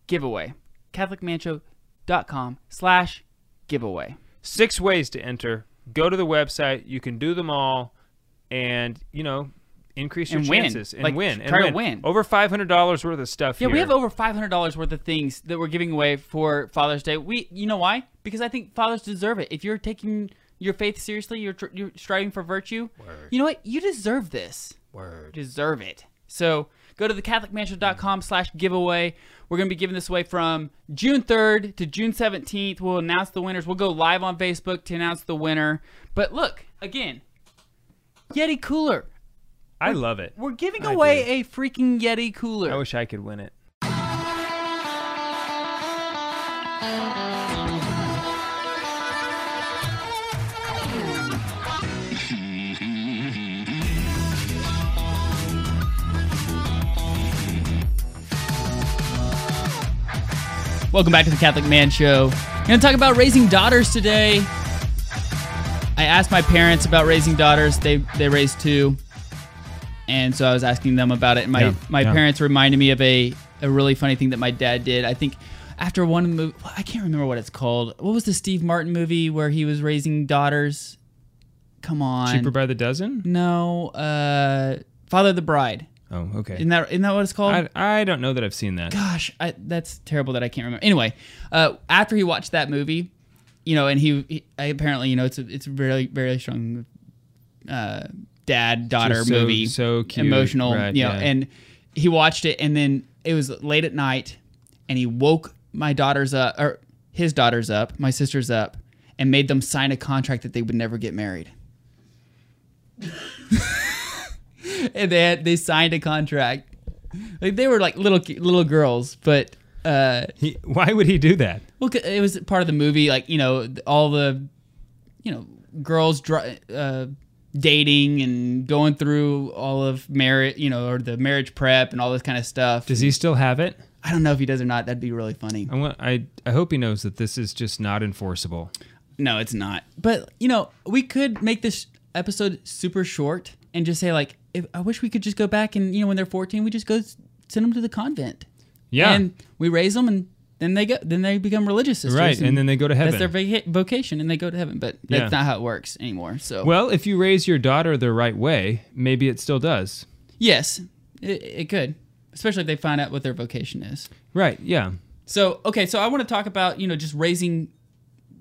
Speaker 2: giveaway. catholicmanshow.com slash giveaway.
Speaker 3: Six ways to enter Go to the website. You can do them all, and you know, increase your
Speaker 2: And win.
Speaker 3: chances and
Speaker 2: Like,
Speaker 3: win. and
Speaker 2: try to win.
Speaker 3: Over five hundred dollars worth of stuff.
Speaker 2: Yeah,
Speaker 3: here.
Speaker 2: we have over five hundred dollars worth of things that we're giving away for Father's Day. We, you know why? Because I think fathers deserve it. If you're taking your faith seriously, you're, tr- you're striving for virtue. You know what? You deserve this. Word. Deserve it. So go to thecatholicmansion.com slash giveaway. We're going to be giving this away from June 3rd to June 17th. We'll announce the winners. We'll go live on Facebook to announce the winner. But look, again, Yeti Cooler.
Speaker 3: I love it.
Speaker 2: We're giving
Speaker 3: I
Speaker 2: away
Speaker 3: do.
Speaker 2: a freaking Yeti Cooler.
Speaker 3: I wish I could win it.
Speaker 2: Welcome back to the Catholic Man Show. going to talk about raising daughters today. I asked my parents about raising daughters. They they raised two, and so I was asking them about it. And my
Speaker 3: Yeah,
Speaker 2: my
Speaker 3: yeah.
Speaker 2: parents reminded me of a a really funny thing that my dad did. I think after one movie, I can't remember what it's called. What was the Steve Martin movie where he was raising daughters? Come on,
Speaker 3: Cheaper by the dozen.
Speaker 2: no, uh, Father of the Bride.
Speaker 3: Oh, okay.
Speaker 2: Isn't that isn't that what it's called?
Speaker 3: I, I don't know that I've seen that.
Speaker 2: gosh, I, that's terrible that I can't remember. Anyway, uh, after he watched that movie, you know, and he, he I apparently, you know, it's a, it's a really very strong uh, dad daughter
Speaker 3: Just so-
Speaker 2: movie,
Speaker 3: so cute,
Speaker 2: emotional,
Speaker 3: right,
Speaker 2: you know.
Speaker 3: yeah.
Speaker 2: And he watched it, and then it was late at night, and he woke my daughters up or his daughters up, my sisters up, and made them sign a contract that they would never get married. and they had, they signed a contract. Like they were like little ki- little girls, but uh,
Speaker 3: He, why would he do that?
Speaker 2: well, 'cause it was part of the movie. Like you know, th- all the you know girls dr- uh, dating and going through all of marriage, you know, or the marriage prep and all this kind of stuff.
Speaker 3: Does he still have it?
Speaker 2: I don't know if he does or not. That'd be really funny.
Speaker 3: I want. I I hope he knows that this is just not enforceable.
Speaker 2: No, it's not. But you know, we could make this episode super short and just say like, if, I wish we could just go back and you know when they're 14, we just go s- send them to the convent.
Speaker 3: Yeah.
Speaker 2: and we raise them and. Then they go. Then they become religious sisters,
Speaker 3: Right, and then they go to
Speaker 2: That's
Speaker 3: heaven.
Speaker 2: their vaca- vocation, and they go to heaven. But that's
Speaker 3: Yeah.
Speaker 2: not how it works anymore. So,
Speaker 3: Well, if you raise your daughter the right way, maybe it still does.
Speaker 2: yes, it, it could, especially if they find out what their vocation is.
Speaker 3: Right. Yeah.
Speaker 2: So okay, so I want to talk about you know just raising,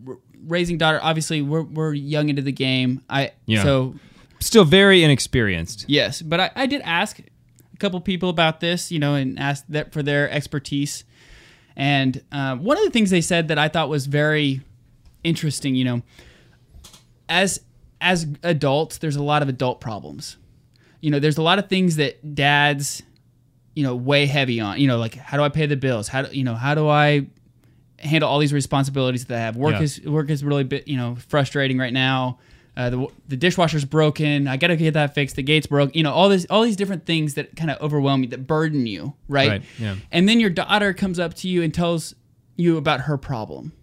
Speaker 2: r- raising daughter. Obviously, we're we're young into the game. I
Speaker 3: Yeah.
Speaker 2: So
Speaker 3: Still very inexperienced.
Speaker 2: Yes, but I, I did ask a couple people about this, you know, and asked that for their expertise. And uh, one of the things they said that I thought was very interesting, you know, as as adults, there's a lot of adult problems. You know, there's a lot of things that dads, you know, weigh heavy on. You know, like how do I pay the bills? How do you know how do I handle all these responsibilities that I have? Work
Speaker 3: Yeah.
Speaker 2: is work is really bit, you know frustrating right now. Uh, the the dishwasher's broken. I gotta get that fixed. The gate's broke. You know all this all these different things that kind of overwhelm you, that burden you, right?
Speaker 3: Right, yeah.
Speaker 2: And then your daughter comes up to you and tells you about her problem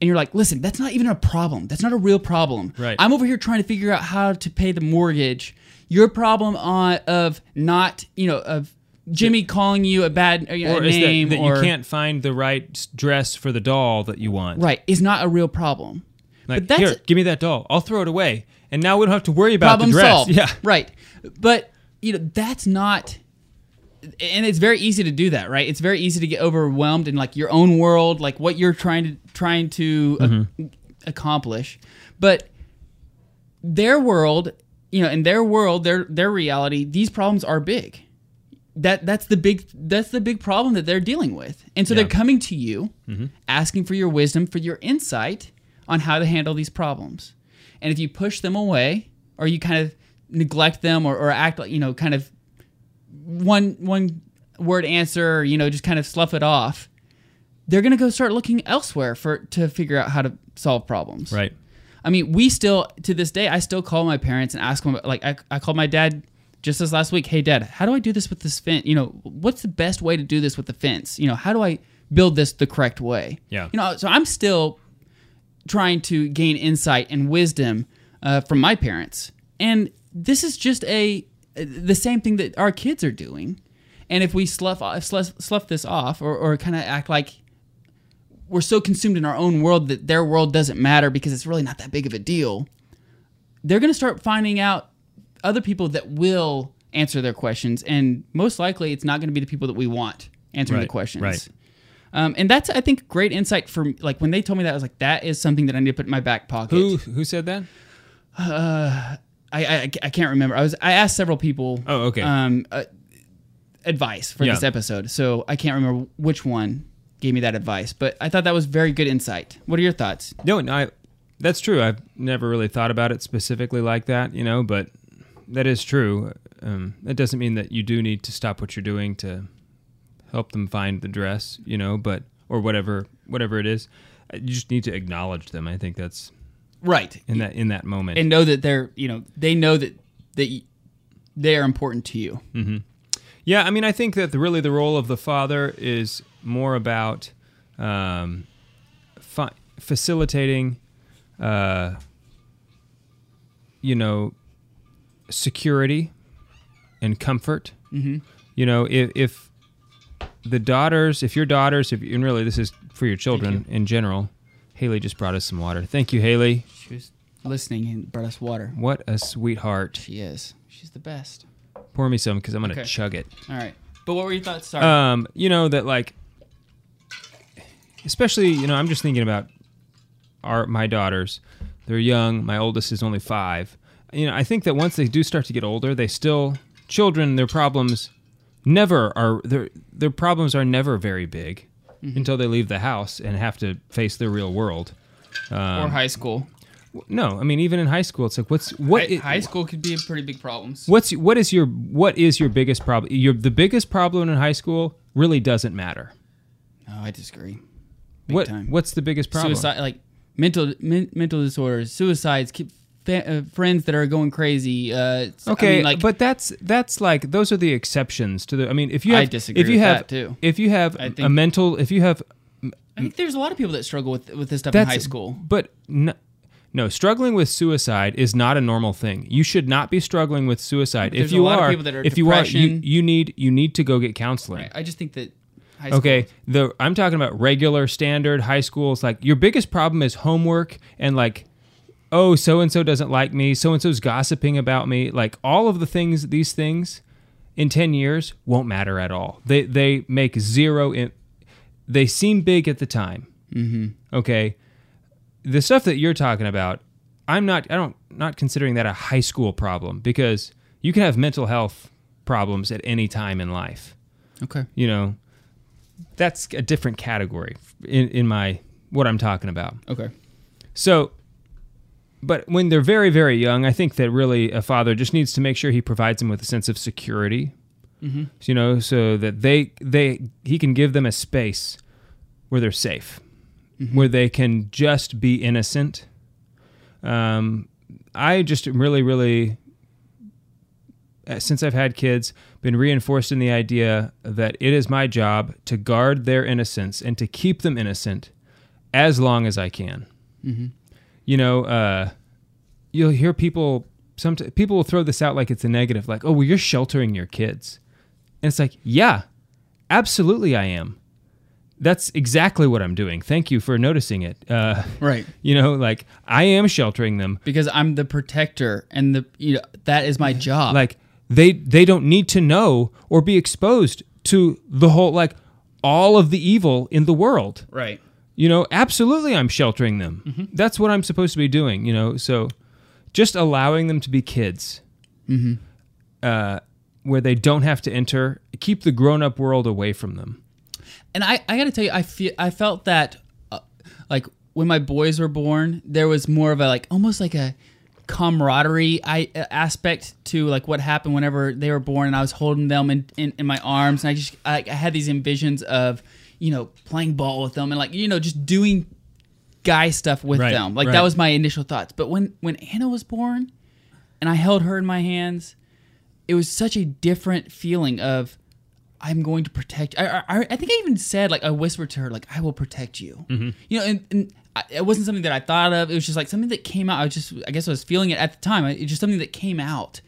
Speaker 2: and you're like, listen, that's not even a problem. That's not a real problem.
Speaker 3: Right.
Speaker 2: I'm over here trying to figure out how to pay the mortgage. Your problem on, of not, you know, of Jimmy calling you a bad uh, you know,
Speaker 3: Or
Speaker 2: a
Speaker 3: is
Speaker 2: name
Speaker 3: that, that
Speaker 2: or
Speaker 3: you can't find the right s- dress for the doll that you want?
Speaker 2: right is not a real problem. but
Speaker 3: Like,
Speaker 2: that's
Speaker 3: here, give me that doll. I'll throw it away, and now we don't have to worry about
Speaker 2: problem
Speaker 3: the dress.
Speaker 2: solved.
Speaker 3: Yeah.
Speaker 2: Right. But you know, that's not and it's very easy to do that, right? It's very easy to get overwhelmed in like your own world, like what you're trying to trying to uh,
Speaker 3: Mm-hmm.
Speaker 2: accomplish. But their world, you know, in their world, their their reality, these problems are big. That that's the big that's the big problem that they're dealing with. And so they're coming to you asking for your wisdom, for your insight on how to handle these problems. And if you push them away or you kind of neglect them or, or act like, you know, kind of one one word answer, you know, just kind of slough it off, they're gonna go start looking elsewhere for to figure out how to solve problems.
Speaker 3: Right.
Speaker 2: I mean, we still to this day, I still call my parents and ask them. Like, I, I called my dad just this last week. Hey, Dad, how do I do this with this fence? You know, what's the best way to do this with the fence? You know, how do I build this the correct way?
Speaker 3: Yeah.
Speaker 2: You know, so I'm still trying to gain insight and wisdom uh, from my parents, and this is just a the same thing that our kids are doing. And if we slough off, slough, slough this off, or, or kind of act like we're so consumed in our own world that their world doesn't matter because it's really not that big of a deal. they're going to start finding out other people that will answer their questions, and most likely it's not going to be the people that we want answering the
Speaker 3: Right,
Speaker 2: questions.
Speaker 3: right.
Speaker 2: Um, and that's I think great insight for like when they told me that I was like that is something that I need to put in my back pocket.
Speaker 3: Who who said that?
Speaker 2: I, I I can't remember. I was I asked several people.
Speaker 3: Oh, okay.
Speaker 2: Um, uh, advice for
Speaker 3: Yeah.
Speaker 2: this episode, so I can't remember which one gave me that advice, but I thought that was very good insight. What are your thoughts?
Speaker 3: No, no, I, that's true. I've never really thought about it specifically like that, you know, but that is true. Um, that doesn't mean that you do need to stop what you're doing to help them find the dress, you know, but or whatever whatever it is. You just need to acknowledge them. I think that's
Speaker 2: Right.
Speaker 3: in that in that moment.
Speaker 2: and know that they're you know they know that that y- they are important to you.
Speaker 3: Yeah, I mean, I think that the, really the role of the father is more about um, fi- facilitating, uh, you know, security and comfort. Mm-hmm. You know, if, if the daughters, if your daughters, if and really this is for your children in general. Haley just brought us some water. Thank you, Haley.
Speaker 2: She was listening and brought us water.
Speaker 3: What a sweetheart.
Speaker 2: She is. She's the best.
Speaker 3: Pour me some because I'm gonna
Speaker 2: Okay.
Speaker 3: chug it.
Speaker 2: All right. But what were your thoughts? Sorry.
Speaker 3: um, you know that like especially you know i'm just thinking about our my daughters they're young my oldest is only five you know i think that once they do start to get older they still children their problems never are their their problems are never very big
Speaker 2: Mm-hmm.
Speaker 3: until they leave the house and have to face the real world Um,
Speaker 2: or high school.
Speaker 3: no i mean even in high school it's like what's what
Speaker 2: Hi-
Speaker 3: i-
Speaker 2: high school could be a pretty big problem.
Speaker 3: what's what is your what is your biggest problem your the biggest problem in high school really doesn't matter
Speaker 2: No, oh, I disagree.
Speaker 3: what
Speaker 2: time.
Speaker 3: what's the biggest problem
Speaker 2: Suicide, like mental men, mental disorders, suicides, ki- fa- uh, friends that are going crazy. Uh, s- I
Speaker 3: Okay,
Speaker 2: mean, like
Speaker 3: but that's that's like those are the exceptions to the. I mean, if you
Speaker 2: I
Speaker 3: have,
Speaker 2: disagree
Speaker 3: if you
Speaker 2: with
Speaker 3: have,
Speaker 2: that, too.
Speaker 3: If you have
Speaker 2: I
Speaker 3: a
Speaker 2: think-
Speaker 3: mental, if you have
Speaker 2: I think there's a lot of people that struggle with with this stuff in
Speaker 3: that's
Speaker 2: high school.
Speaker 3: but no, no, struggling with suicide is not a normal thing. You should not be struggling with suicide.
Speaker 2: there's
Speaker 3: If
Speaker 2: a
Speaker 3: you
Speaker 2: lot of
Speaker 3: are,
Speaker 2: people that are
Speaker 3: if you are, you,
Speaker 2: depression.
Speaker 3: you need you need to go get counseling.
Speaker 2: I just think that high school
Speaker 3: Okay, the I'm talking about regular standard high schools. Like your biggest problem is homework and like, oh, so and so doesn't like me. So and so's gossiping about me. Like all of the things, these things, in ten years won't matter at all. They they make zero. In, they seem big at the time. Mm-hmm. Okay, the stuff that you're talking about, I'm not. I don't not considering that a high school problem because you can have mental health problems at any time in life
Speaker 2: Okay.
Speaker 3: you know, that's a different category in, in my what I'm talking about.
Speaker 2: Okay.
Speaker 3: So, but when they're very, very young, I think that really a father just needs to make sure he provides them with a sense of security, you know, so that they they he can give them a space where they're safe, where they can just be innocent. Um, I just am really, really uh, since I've had kids, been reinforced in the idea that it is my job to guard their innocence and to keep them innocent as long as I can. You know, uh, you'll hear people. Some people will throw this out like it's a negative, like, "Oh, well, you're sheltering your kids," and it's like, "Yeah, absolutely, I am. That's exactly what I'm doing. Thank you for noticing it. Uh,
Speaker 2: Right.
Speaker 3: you know, like I am sheltering them.
Speaker 2: because I'm the protector and the you know that is my job.
Speaker 3: like they they don't need to know or be exposed to the whole like all of the evil in the world
Speaker 2: right.
Speaker 3: you know absolutely i'm sheltering them that's what i'm supposed to be doing you know so just allowing them to be kids Mm-hmm. uh, where they don't have to enter keep the grown-up world away from them
Speaker 2: And I I got to tell you I feel I felt that uh, like when my boys were born there was more of a like almost like a camaraderie I uh, aspect to like what happened whenever they were born and I was holding them in in, in my arms and I just I, I had these envisions of you know playing ball with them and like you know just doing guy stuff with
Speaker 3: Right,
Speaker 2: them. Like
Speaker 3: right.
Speaker 2: that was my initial thoughts. But when when Anna was born and I held her in my hands it was such a different feeling of I'm going to protect. I, I, I think I even said like I whispered to her like I will protect you.
Speaker 3: Mm-hmm.
Speaker 2: You know, and, and I, it wasn't something that I thought of. It was just like something that came out. I was just I guess I was feeling it at the time. It was just something that came out,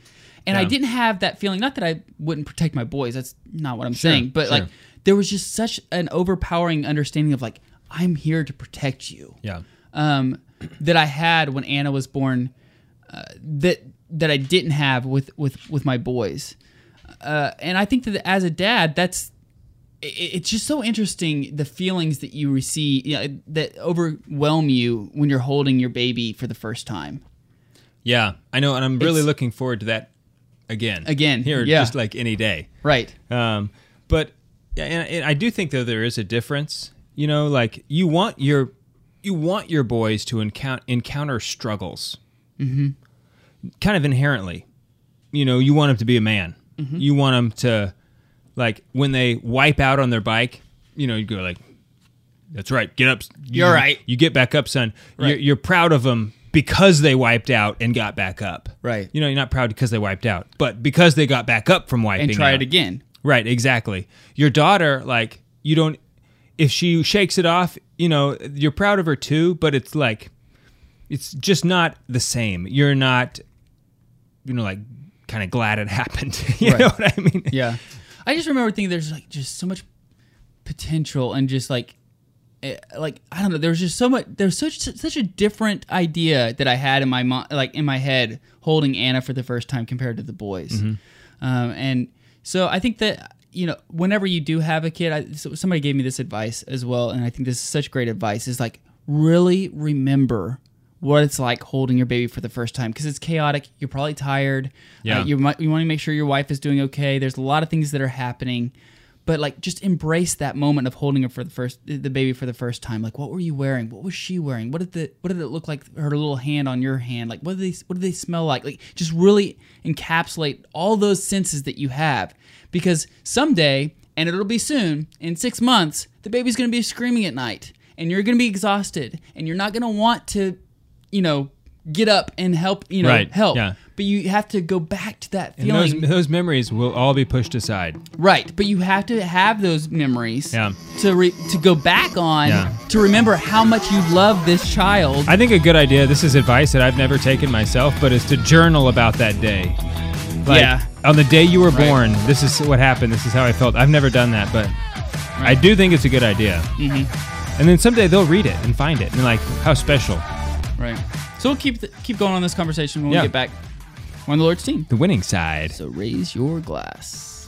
Speaker 2: and I
Speaker 3: Yeah.
Speaker 2: didn't have that feeling. Not that I wouldn't protect my boys. That's not what I'm saying. But
Speaker 3: sure.
Speaker 2: like there was just such an overpowering understanding of like I'm here to protect you
Speaker 3: yeah
Speaker 2: um, that I had when Anna was born that that I didn't have with with with my boys. Uh, and I think that as a dad, that's i- i- it's just so interesting the feelings that you receive you know, that overwhelm you when you're holding your baby for the first time.
Speaker 3: Yeah, I know, and I'm really
Speaker 2: It's-
Speaker 3: looking forward to that again.
Speaker 2: Again,
Speaker 3: here,
Speaker 2: yeah.
Speaker 3: just like any day.
Speaker 2: Right.
Speaker 3: Um, but yeah, and, and I do think though there is a difference. You know, like you want your you want your boys to encounter encounter struggles, mm-hmm. kind of inherently. You know, you want them to be a man.
Speaker 2: Mm-hmm.
Speaker 3: You want them to like when they wipe out on their bike. You know, you go like, "That's right, get up. You,
Speaker 2: You're right.
Speaker 3: You get back up, son. You're,
Speaker 2: Right.
Speaker 3: you're proud of them." Because they wiped out and got back up,
Speaker 2: Right.
Speaker 3: You know, you're not proud because they wiped out, but because they got back up from wiping
Speaker 2: And try
Speaker 3: out.
Speaker 2: it again.
Speaker 3: Right, exactly. Your daughter, like, you don't, if she shakes it off, you know, you're proud of her too, but it's like, it's just not the same. You're not, you know, like, kind of glad it happened. you
Speaker 2: Right.
Speaker 3: know what I mean?
Speaker 2: Yeah. I just remember thinking there's like just so much potential and just like eh, like I don't know there was just so much there's such such a different idea that I had in my mo- like in my head holding Anna for the first time compared to the boys. Um, and so I think that you know whenever you do have a kid I, so somebody gave me this advice as well and I think this is such great advice is like really remember what it's like holding your baby for the first time because it's chaotic you're probably tired
Speaker 3: Yeah.
Speaker 2: uh, you might you want to make sure your wife is doing okay. There's a lot of things that are happening, but like just embrace that moment of holding her for the first the baby for the first time. Like what were you wearing? What was she wearing? What did the what did it look like? Her little hand on your hand. Like what did they what did they smell like? Like just really encapsulate all those senses that you have because someday and it'll be soon in 6 months the baby's going to be screaming at night and you're going to be exhausted and you're not going to want to you know get up and help you know
Speaker 3: Right,
Speaker 2: help
Speaker 3: yeah.
Speaker 2: but you have to go back to that
Speaker 3: And those,
Speaker 2: feeling.
Speaker 3: those memories will all be pushed aside.
Speaker 2: right. But you have to have those memories
Speaker 3: Yeah.
Speaker 2: to re- to go back on
Speaker 3: Yeah.
Speaker 2: to remember how much you love this child.
Speaker 3: I think a good idea, this is advice that I've never taken myself, but is to journal about that day. Like,
Speaker 2: Yeah.
Speaker 3: On the day you were
Speaker 2: Right.
Speaker 3: born, this is what happened. This is how I felt. I've never done that, but I do think it's a good idea. Mm-hmm. And then someday they'll read it and find it and like, how special.
Speaker 2: right. So we'll keep th- keep going on this conversation when
Speaker 3: Yeah.
Speaker 2: we get back. We're on the Lord's team.
Speaker 3: The winning side.
Speaker 2: So raise your glass.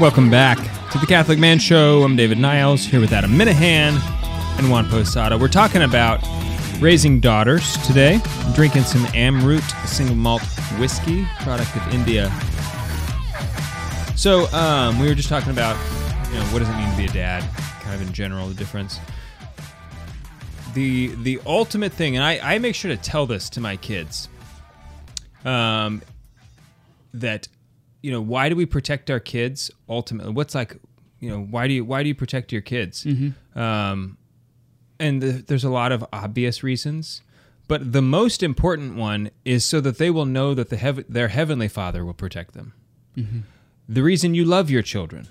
Speaker 3: Welcome back to the Catholic Man Show. I'm David Niles here with Adam Minahan and Juan Posada. We're talking about raising daughters today, drinking some Amroot single malt whiskey, product of India. So um, we were just talking about, you know, what does it mean to be a dad? Kind of in general, the difference. The the ultimate thing, and I, I make sure to tell this to my kids. Um, that you know why do we protect our kids ultimately what's like you know why do you why do you protect your kids um, and the, there's a lot of obvious reasons but the most important one is so that they will know that the heav- their heavenly father will protect them the reason you love your children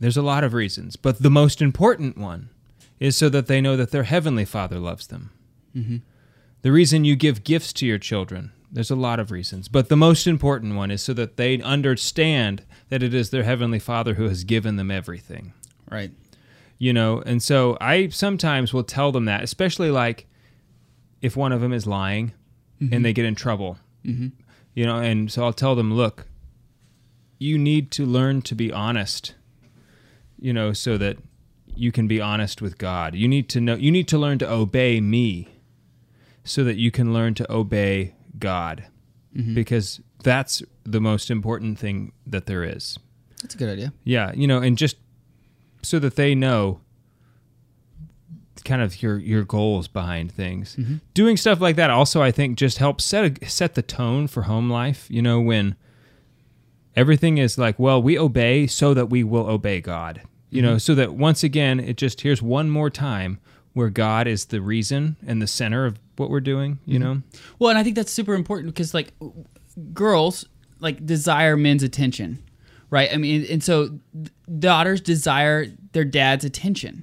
Speaker 3: there's a lot of reasons but the most important one is so that they know that their heavenly father loves them the reason you give gifts to your children, there's a lot of reasons, but the most important one is so that they understand that it is their Heavenly Father who has given them everything
Speaker 2: Right.
Speaker 3: you know and so i sometimes will tell them that especially like if one of them is lying and they get in trouble you know and so i'll tell them look you need to learn to be honest you know so that you can be honest with god you need to know you need to learn to obey me so that you can learn to obey god because that's the most important thing that there is
Speaker 2: That's a good idea.
Speaker 3: yeah, you know, and just so that they know kind of your your goals behind things. Doing stuff like that also I think just helps set a, set the tone for home life, you know, when everything is like, well, we obey so that we will obey God. You know, so that once again, it just here's one more time where God is the reason and the center of what we're doing, you know.
Speaker 2: Well, and I think that's super important because like w- girls like desire men's attention, right? I mean, and so th- daughters desire their dad's attention.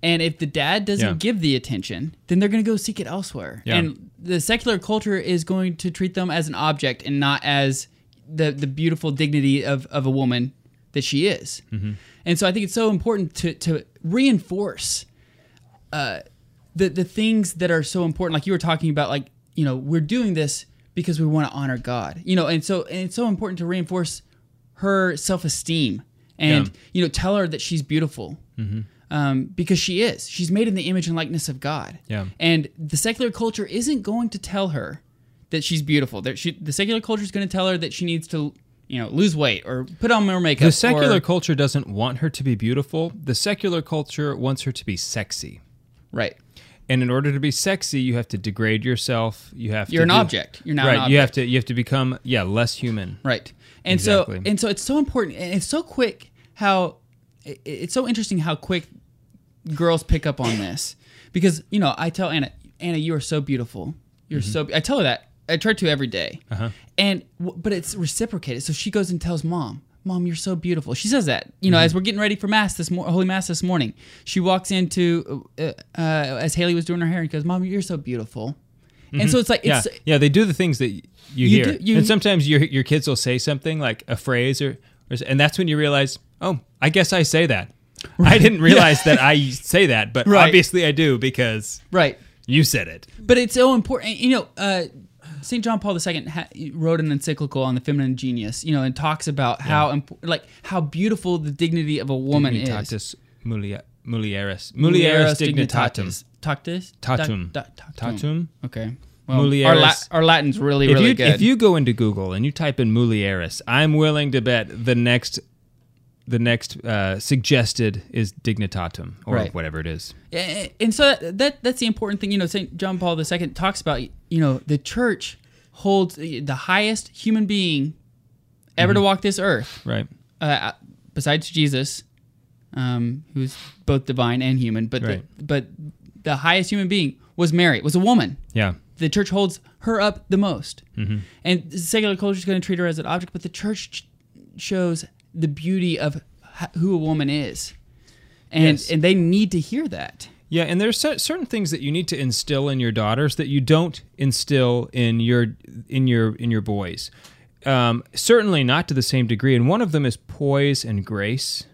Speaker 2: And if the dad doesn't
Speaker 3: Yeah.
Speaker 2: give the attention, then they're going to go seek it elsewhere.
Speaker 3: Yeah.
Speaker 2: And the secular culture is going to treat them as an object and not as the the beautiful dignity of of a woman that she is.
Speaker 3: Mm-hmm.
Speaker 2: And so I think it's so important to, to reinforce the the things that are so important like you were talking about like you know we're doing this because we want to honor god you know and so and it's so important to reinforce her self-esteem and
Speaker 3: Yeah. Mm-hmm.
Speaker 2: you know tell her that she's beautiful um, because she is she's made in the image and likeness of god
Speaker 3: Yeah.
Speaker 2: and the secular culture isn't going to tell her that she's beautiful that she the secular culture is going to tell her that she needs to you know lose weight or put on more makeup
Speaker 3: The secular
Speaker 2: or-
Speaker 3: culture doesn't want her to be beautiful. The secular culture wants her to be sexy.
Speaker 2: right
Speaker 3: And in order to be sexy, you have to degrade yourself. You have
Speaker 2: You're
Speaker 3: to
Speaker 2: an
Speaker 3: do-
Speaker 2: object. You're now an
Speaker 3: right. You
Speaker 2: object.
Speaker 3: have to you have to become yeah less human.
Speaker 2: Right. And
Speaker 3: Exactly.
Speaker 2: so and so it's so important and it's so quick how it- it's so interesting how quick girls pick up on this because you know I tell Anna Anna you are so beautiful. You're
Speaker 3: Mm-hmm.
Speaker 2: so be-" I tell her that I try to every day.
Speaker 3: Uh-huh.
Speaker 2: And w- but it's reciprocated. So she goes and tells mom, "Mom, you're so beautiful." She says that. You know,
Speaker 3: Mm-hmm.
Speaker 2: as we're getting ready for mass this mor- holy mass this morning, she walks into uh, uh, as Haley was doing her hair and goes, "Mom, you're so beautiful." And so it's like
Speaker 3: Mm-hmm. Yeah,
Speaker 2: it's
Speaker 3: yeah. They do the things that you,
Speaker 2: You
Speaker 3: hear,
Speaker 2: do- you-
Speaker 3: and sometimes your your kids will say something like a phrase or, or s- and that's when you realize, oh, I guess I say that. I didn't realize that I say that, but
Speaker 2: Right.
Speaker 3: obviously I do because
Speaker 2: right.
Speaker 3: you said it.
Speaker 2: But it's so important. You know, uh, St. John Paul II ha- wrote an encyclical on the feminine genius, you know, and talks about how imp- like how beautiful the dignity of a woman is.
Speaker 3: Dignitatis mulia- mulieris, mulieris dignitatum.
Speaker 2: Tactus?
Speaker 3: Tatum.
Speaker 2: Da- da-
Speaker 3: Tatum.
Speaker 2: Okay. Well, our,
Speaker 3: Mulieris-
Speaker 2: La- our Latin's really,
Speaker 3: If
Speaker 2: really
Speaker 3: you
Speaker 2: good.
Speaker 3: if you go into Google and you type in mulieris, I'm willing to bet the next the next uh, suggested is dignitatum or
Speaker 2: Right.
Speaker 3: whatever it is.
Speaker 2: Yeah, and so that that's the important thing you know st john paul ii talks about you know the church holds the highest human being ever to
Speaker 3: Mm-hmm.
Speaker 2: walk this earth
Speaker 3: Right.
Speaker 2: uh, besides Jesus, um, who's both divine and human, but
Speaker 3: Right.
Speaker 2: the, but the highest human being was Mary, was a woman.
Speaker 3: Yeah.
Speaker 2: The church holds her up the most,
Speaker 3: Mm-hmm.
Speaker 2: and the secular culture is going to treat her as an object, but the church ch- shows the beauty of h- who a woman is, and
Speaker 3: Yes.
Speaker 2: and they need to hear that.
Speaker 3: Yeah, and there's cer- certain things that you need to instill in your daughters that you don't instill in your in your in your boys. Um, certainly not to the same degree, and one of them is poise and grace.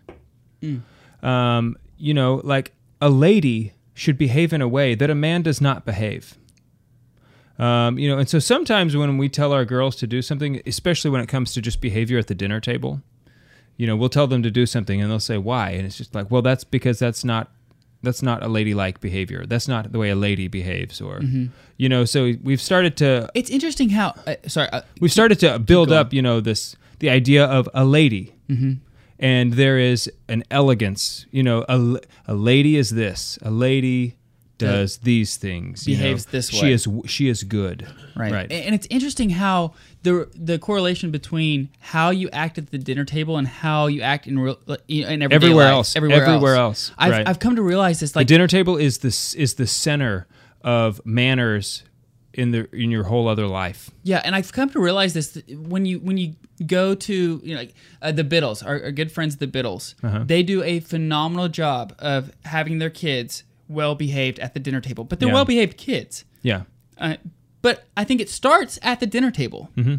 Speaker 3: Um, you know, like a lady should behave in a way that a man does not behave. Um, you know, and so sometimes when we tell our girls to do something, especially when it comes to just behavior at the dinner table, you know, we'll tell them to do something and they'll say why, and it's just like, well, that's because that's not that's not a ladylike behavior. That's not the way a lady behaves, or
Speaker 2: Mm-hmm.
Speaker 3: you know. So we've started to
Speaker 2: It's interesting how uh, sorry uh,
Speaker 3: we've started to build up, you know, this the idea of a lady,
Speaker 2: Mm-hmm.
Speaker 3: and there is an elegance. You know, a, l- a lady is this. A lady does these things. you know.
Speaker 2: Behaves this
Speaker 3: She
Speaker 2: way.
Speaker 3: is w- she is good.
Speaker 2: right?
Speaker 3: Right.
Speaker 2: And it's interesting how the the correlation between how you act at the dinner table and how you act in real you know, in everyday
Speaker 3: Everywhere
Speaker 2: life,
Speaker 3: else.
Speaker 2: everywhere,
Speaker 3: Everywhere
Speaker 2: else.
Speaker 3: else.
Speaker 2: I've
Speaker 3: Right.
Speaker 2: I've come to realize this
Speaker 3: the
Speaker 2: like
Speaker 3: dinner table is this is the center of manners in the in your whole other life.
Speaker 2: yeah, and I've come to realize this that when you when you go to you know like uh, the Biddles, our, our good friends the Biddles,
Speaker 3: Uh-huh.
Speaker 2: they do a phenomenal job of having their kids well behaved at the dinner table, but they're
Speaker 3: Yeah.
Speaker 2: well behaved kids.
Speaker 3: Yeah.
Speaker 2: Uh, but I think it starts at the dinner table.
Speaker 3: Mm-hmm.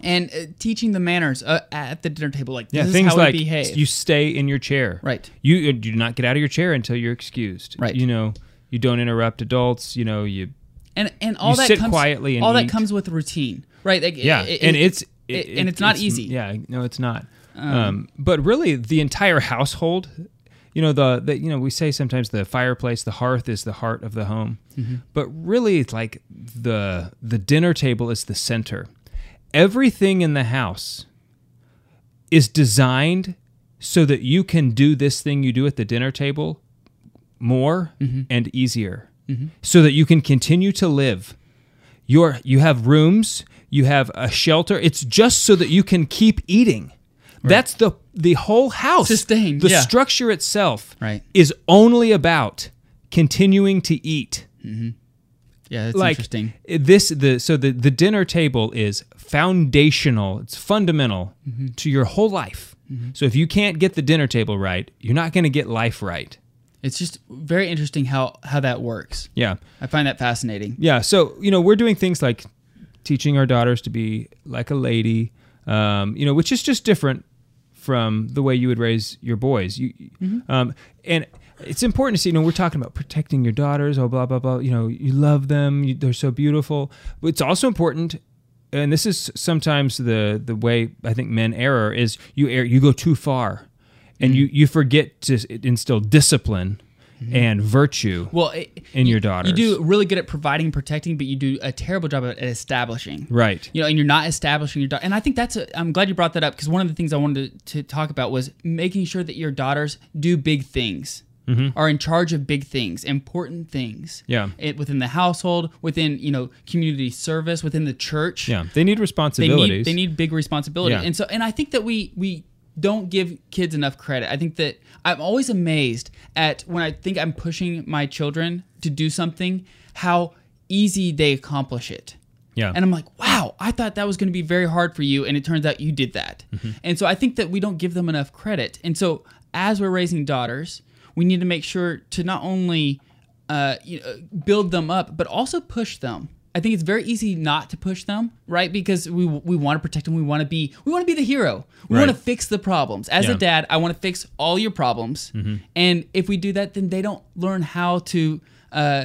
Speaker 2: And uh, teaching the manners uh, at the dinner table, like
Speaker 3: Yeah,
Speaker 2: this
Speaker 3: things
Speaker 2: is how
Speaker 3: like
Speaker 2: we behave.
Speaker 3: you stay in your chair.
Speaker 2: Right.
Speaker 3: You, you uh, do not get out of your chair until you're excused.
Speaker 2: Right.
Speaker 3: You know, you don't interrupt adults. You know, you
Speaker 2: and and all
Speaker 3: You
Speaker 2: that
Speaker 3: sit
Speaker 2: comes
Speaker 3: quietly and
Speaker 2: all
Speaker 3: eat.
Speaker 2: that comes with routine, right? Like,
Speaker 3: yeah,
Speaker 2: it- it-
Speaker 3: and it's
Speaker 2: it- and it's not easy.
Speaker 3: Yeah, no, it's not. Um, but really, the entire household. You know the, the you know we say sometimes the fireplace, the hearth is the heart of the home,
Speaker 2: Mm-hmm.
Speaker 3: but really it's like the the dinner table is the center. Everything in the house is designed so that you can do this thing you do at the dinner table more
Speaker 2: Mm-hmm.
Speaker 3: and easier, so that you can continue to live your you have rooms you have a shelter it's just so that you can keep eating that's the the whole house
Speaker 2: Sustained,
Speaker 3: the
Speaker 2: yeah.
Speaker 3: structure itself
Speaker 2: Right.
Speaker 3: is only about continuing to eat
Speaker 2: yeah, it's
Speaker 3: like
Speaker 2: interesting.
Speaker 3: this the so the the dinner table is foundational it's fundamental
Speaker 2: Mm-hmm.
Speaker 3: to your whole life so if you can't get the dinner table right you're not going to get life right
Speaker 2: It's just very interesting how how that works.
Speaker 3: yeah
Speaker 2: I find that fascinating.
Speaker 3: Yeah. So, you know, we're doing things like teaching our daughters to be like a lady, um, you know, which is just different f- from the way you would raise your boys. You,
Speaker 2: Mm-hmm.
Speaker 3: um, and it's important to see. You know, we're talking about protecting your daughters. Oh, blah blah blah. You know, you love them. You, they're so beautiful. But it's also important. And this is sometimes the the way I think men err is you err, you go too far,
Speaker 2: Mm.
Speaker 3: and you you forget to instill discipline and virtue.
Speaker 2: Mm-hmm. Well, it,
Speaker 3: In your
Speaker 2: you-
Speaker 3: daughters.
Speaker 2: you do really good at providing, and protecting, but you do a terrible job at at establishing.
Speaker 3: right.
Speaker 2: You know, and you're not establishing your daughter. And I think that's. A, I'm glad you brought that up because one of the things I wanted to, to talk about was making sure that your daughters do big things, are in charge of big things, important things.
Speaker 3: Mm-hmm. Yeah.
Speaker 2: It, within the household, within you know community service, within the church.
Speaker 3: Yeah, they need
Speaker 2: They
Speaker 3: responsibilities.
Speaker 2: need, they need big responsibilities.
Speaker 3: Yeah.
Speaker 2: And so and I think that we we don't give kids enough credit. I think that I'm always amazed at when I think I'm pushing my children to do something, how easy they accomplish it.
Speaker 3: Yeah,
Speaker 2: And I'm like, wow, I thought that was going to be very hard for you. And it turns out you did that.
Speaker 3: Mm-hmm.
Speaker 2: And so I think that we don't give them enough credit. And so as we're raising daughters, we need to make sure to not only uh, you know, build them up, but also push them. I think it's very easy not to push them, right? Because we we want to protect them. We want to be we want to be the hero. We want
Speaker 3: Right.
Speaker 2: to fix the problems. As
Speaker 3: Yeah. Mm-hmm.
Speaker 2: a dad, I want to fix all your problems. And if we do that, then they don't learn how to uh,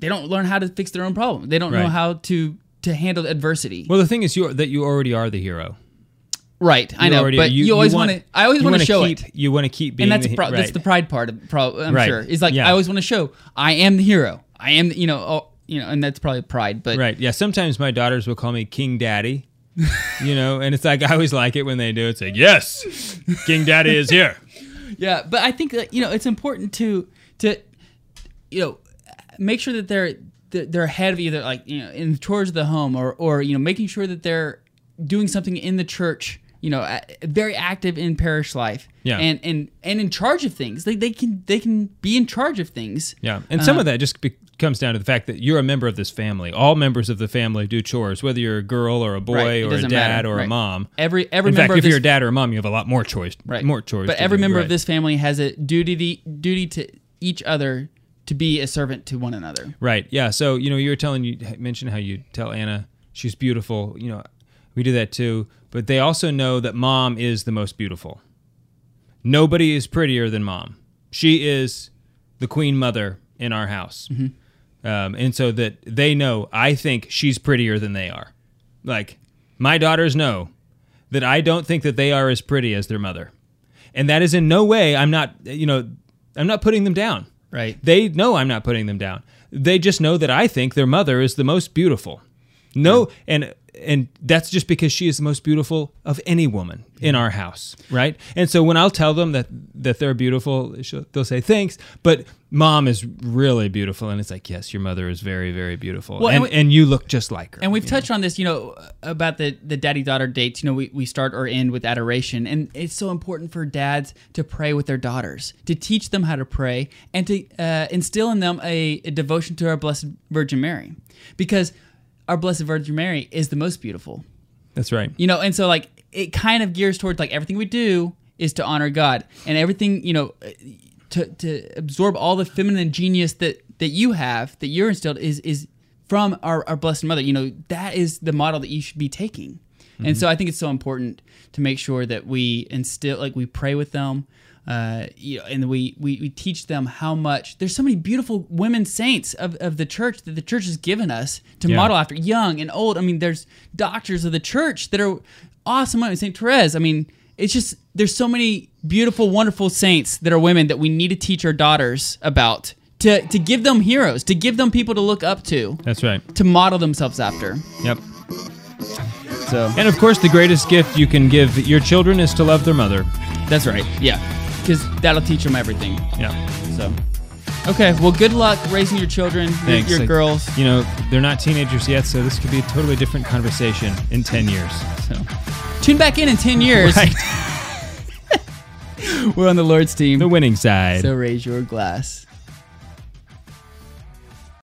Speaker 2: they don't learn how to fix their own problem. They don't
Speaker 3: Right.
Speaker 2: know how to to handle adversity.
Speaker 3: Well, the thing is, you that you already are the hero.
Speaker 2: right, I
Speaker 3: You
Speaker 2: know,
Speaker 3: already-
Speaker 2: but you, always want to. I always
Speaker 3: you
Speaker 2: want
Speaker 3: wanna
Speaker 2: to show
Speaker 3: keep,
Speaker 2: it,
Speaker 3: You want to keep being,
Speaker 2: and that's
Speaker 3: the,
Speaker 2: the pro- that's
Speaker 3: right.
Speaker 2: the pride part. Of pro- I'm
Speaker 3: Right.
Speaker 2: sure is like
Speaker 3: Yeah.
Speaker 2: I always want to show I am the hero. I am, the, you know, oh, you know, and that's probably pride, but
Speaker 3: right. Yeah, sometimes my daughters will call me King Daddy. you know, and it's like I always like it when they do. It's like, yes, King Daddy is here.
Speaker 2: yeah. But I think that you know it's important to to you know make sure that they're that they're ahead of either like you know in towards the home or or you know making sure that they're doing something in the church you know a- very active in parish life
Speaker 3: Yeah.
Speaker 2: and and and in charge of things they, they can they can be in charge of things
Speaker 3: Yeah, and
Speaker 2: Uh-huh.
Speaker 3: some of that just be- comes down to the fact that you're a member of this family. All members of the family do chores, whether you're a girl or a boy
Speaker 2: Right, it
Speaker 3: or a
Speaker 2: doesn't
Speaker 3: dad
Speaker 2: matter,
Speaker 3: or a
Speaker 2: right.
Speaker 3: mom.
Speaker 2: every every
Speaker 3: In
Speaker 2: member
Speaker 3: fact,
Speaker 2: of
Speaker 3: if
Speaker 2: this,
Speaker 3: you're a dad or a mom, you have a lot more chores.
Speaker 2: right
Speaker 3: more chores.
Speaker 2: but
Speaker 3: to
Speaker 2: every
Speaker 3: do,
Speaker 2: member
Speaker 3: right.
Speaker 2: of this family has a duty duty to each other to be a servant to one another
Speaker 3: Right. Yeah. So you know, you were telling you mentioned how you tell Anna she's beautiful. You know, we do that too. But they also know that mom is the most beautiful. Nobody is prettier than mom. She is the queen mother in our house, um, and so that they know. I think she's prettier than they are. Like my daughters know that I don't think that they are as pretty as their mother, and that is in no way. I'm not. You know, I'm not putting them down.
Speaker 2: right
Speaker 3: They know I'm not putting them down. They just know that I think their mother is the most beautiful. No, and and that's just because she is the most beautiful of any woman in our house, right? And so when I'll tell them that that they're beautiful, she'll- they'll say thanks, but mom is really beautiful and it's like, yes, your mother is very very beautiful.
Speaker 2: Well,
Speaker 3: and
Speaker 2: and
Speaker 3: and,
Speaker 2: we-
Speaker 3: you look just like her.
Speaker 2: And we've touched on this, you know, about the the daddy daughter dates. You know, we, we start or end with adoration, and it's so important for dads to pray with their daughters, to teach them how to pray, and to uh, instill in them a, a devotion to our Blessed Virgin Mary, because our Blessed Virgin Mary is the most beautiful.
Speaker 3: that's right.
Speaker 2: You know, and so like it kind of gears towards like everything we do is to honor God, and everything you know, eh, to to absorb all the feminine genius that that you have that you're instilled is is from our our blessed mother. You know, that is the model that you should be taking, and
Speaker 3: Mm-hmm.
Speaker 2: so I think it's so important to make sure that we instill like we pray with them. Uh, you know, and we, we we teach them how much there's so many beautiful women saints of, of the church that the church has given us to
Speaker 3: Yeah.
Speaker 2: model after young and old. I mean, there's doctors of the church that are awesome women. Saint Therese. I mean, it's just there's so many beautiful, wonderful saints that are women that we need to teach our daughters about to to give them heroes, to give them people to look up to,
Speaker 3: That's right.
Speaker 2: to model themselves after.
Speaker 3: Yep.
Speaker 2: So
Speaker 3: And of course, the greatest gift you can give your children is to love their mother.
Speaker 2: that's right. Yeah, because that'll teach them everything.
Speaker 3: Yeah.
Speaker 2: So. Okay, well, good luck raising your children, your-
Speaker 3: Thanks.
Speaker 2: your
Speaker 3: Like,
Speaker 2: girls.
Speaker 3: You know, they're not teenagers yet, so this could be a totally different conversation in 10 years.
Speaker 2: So, tune back in in 10 years. We're on the Lord's team.
Speaker 3: the winning side.
Speaker 2: So raise your glass.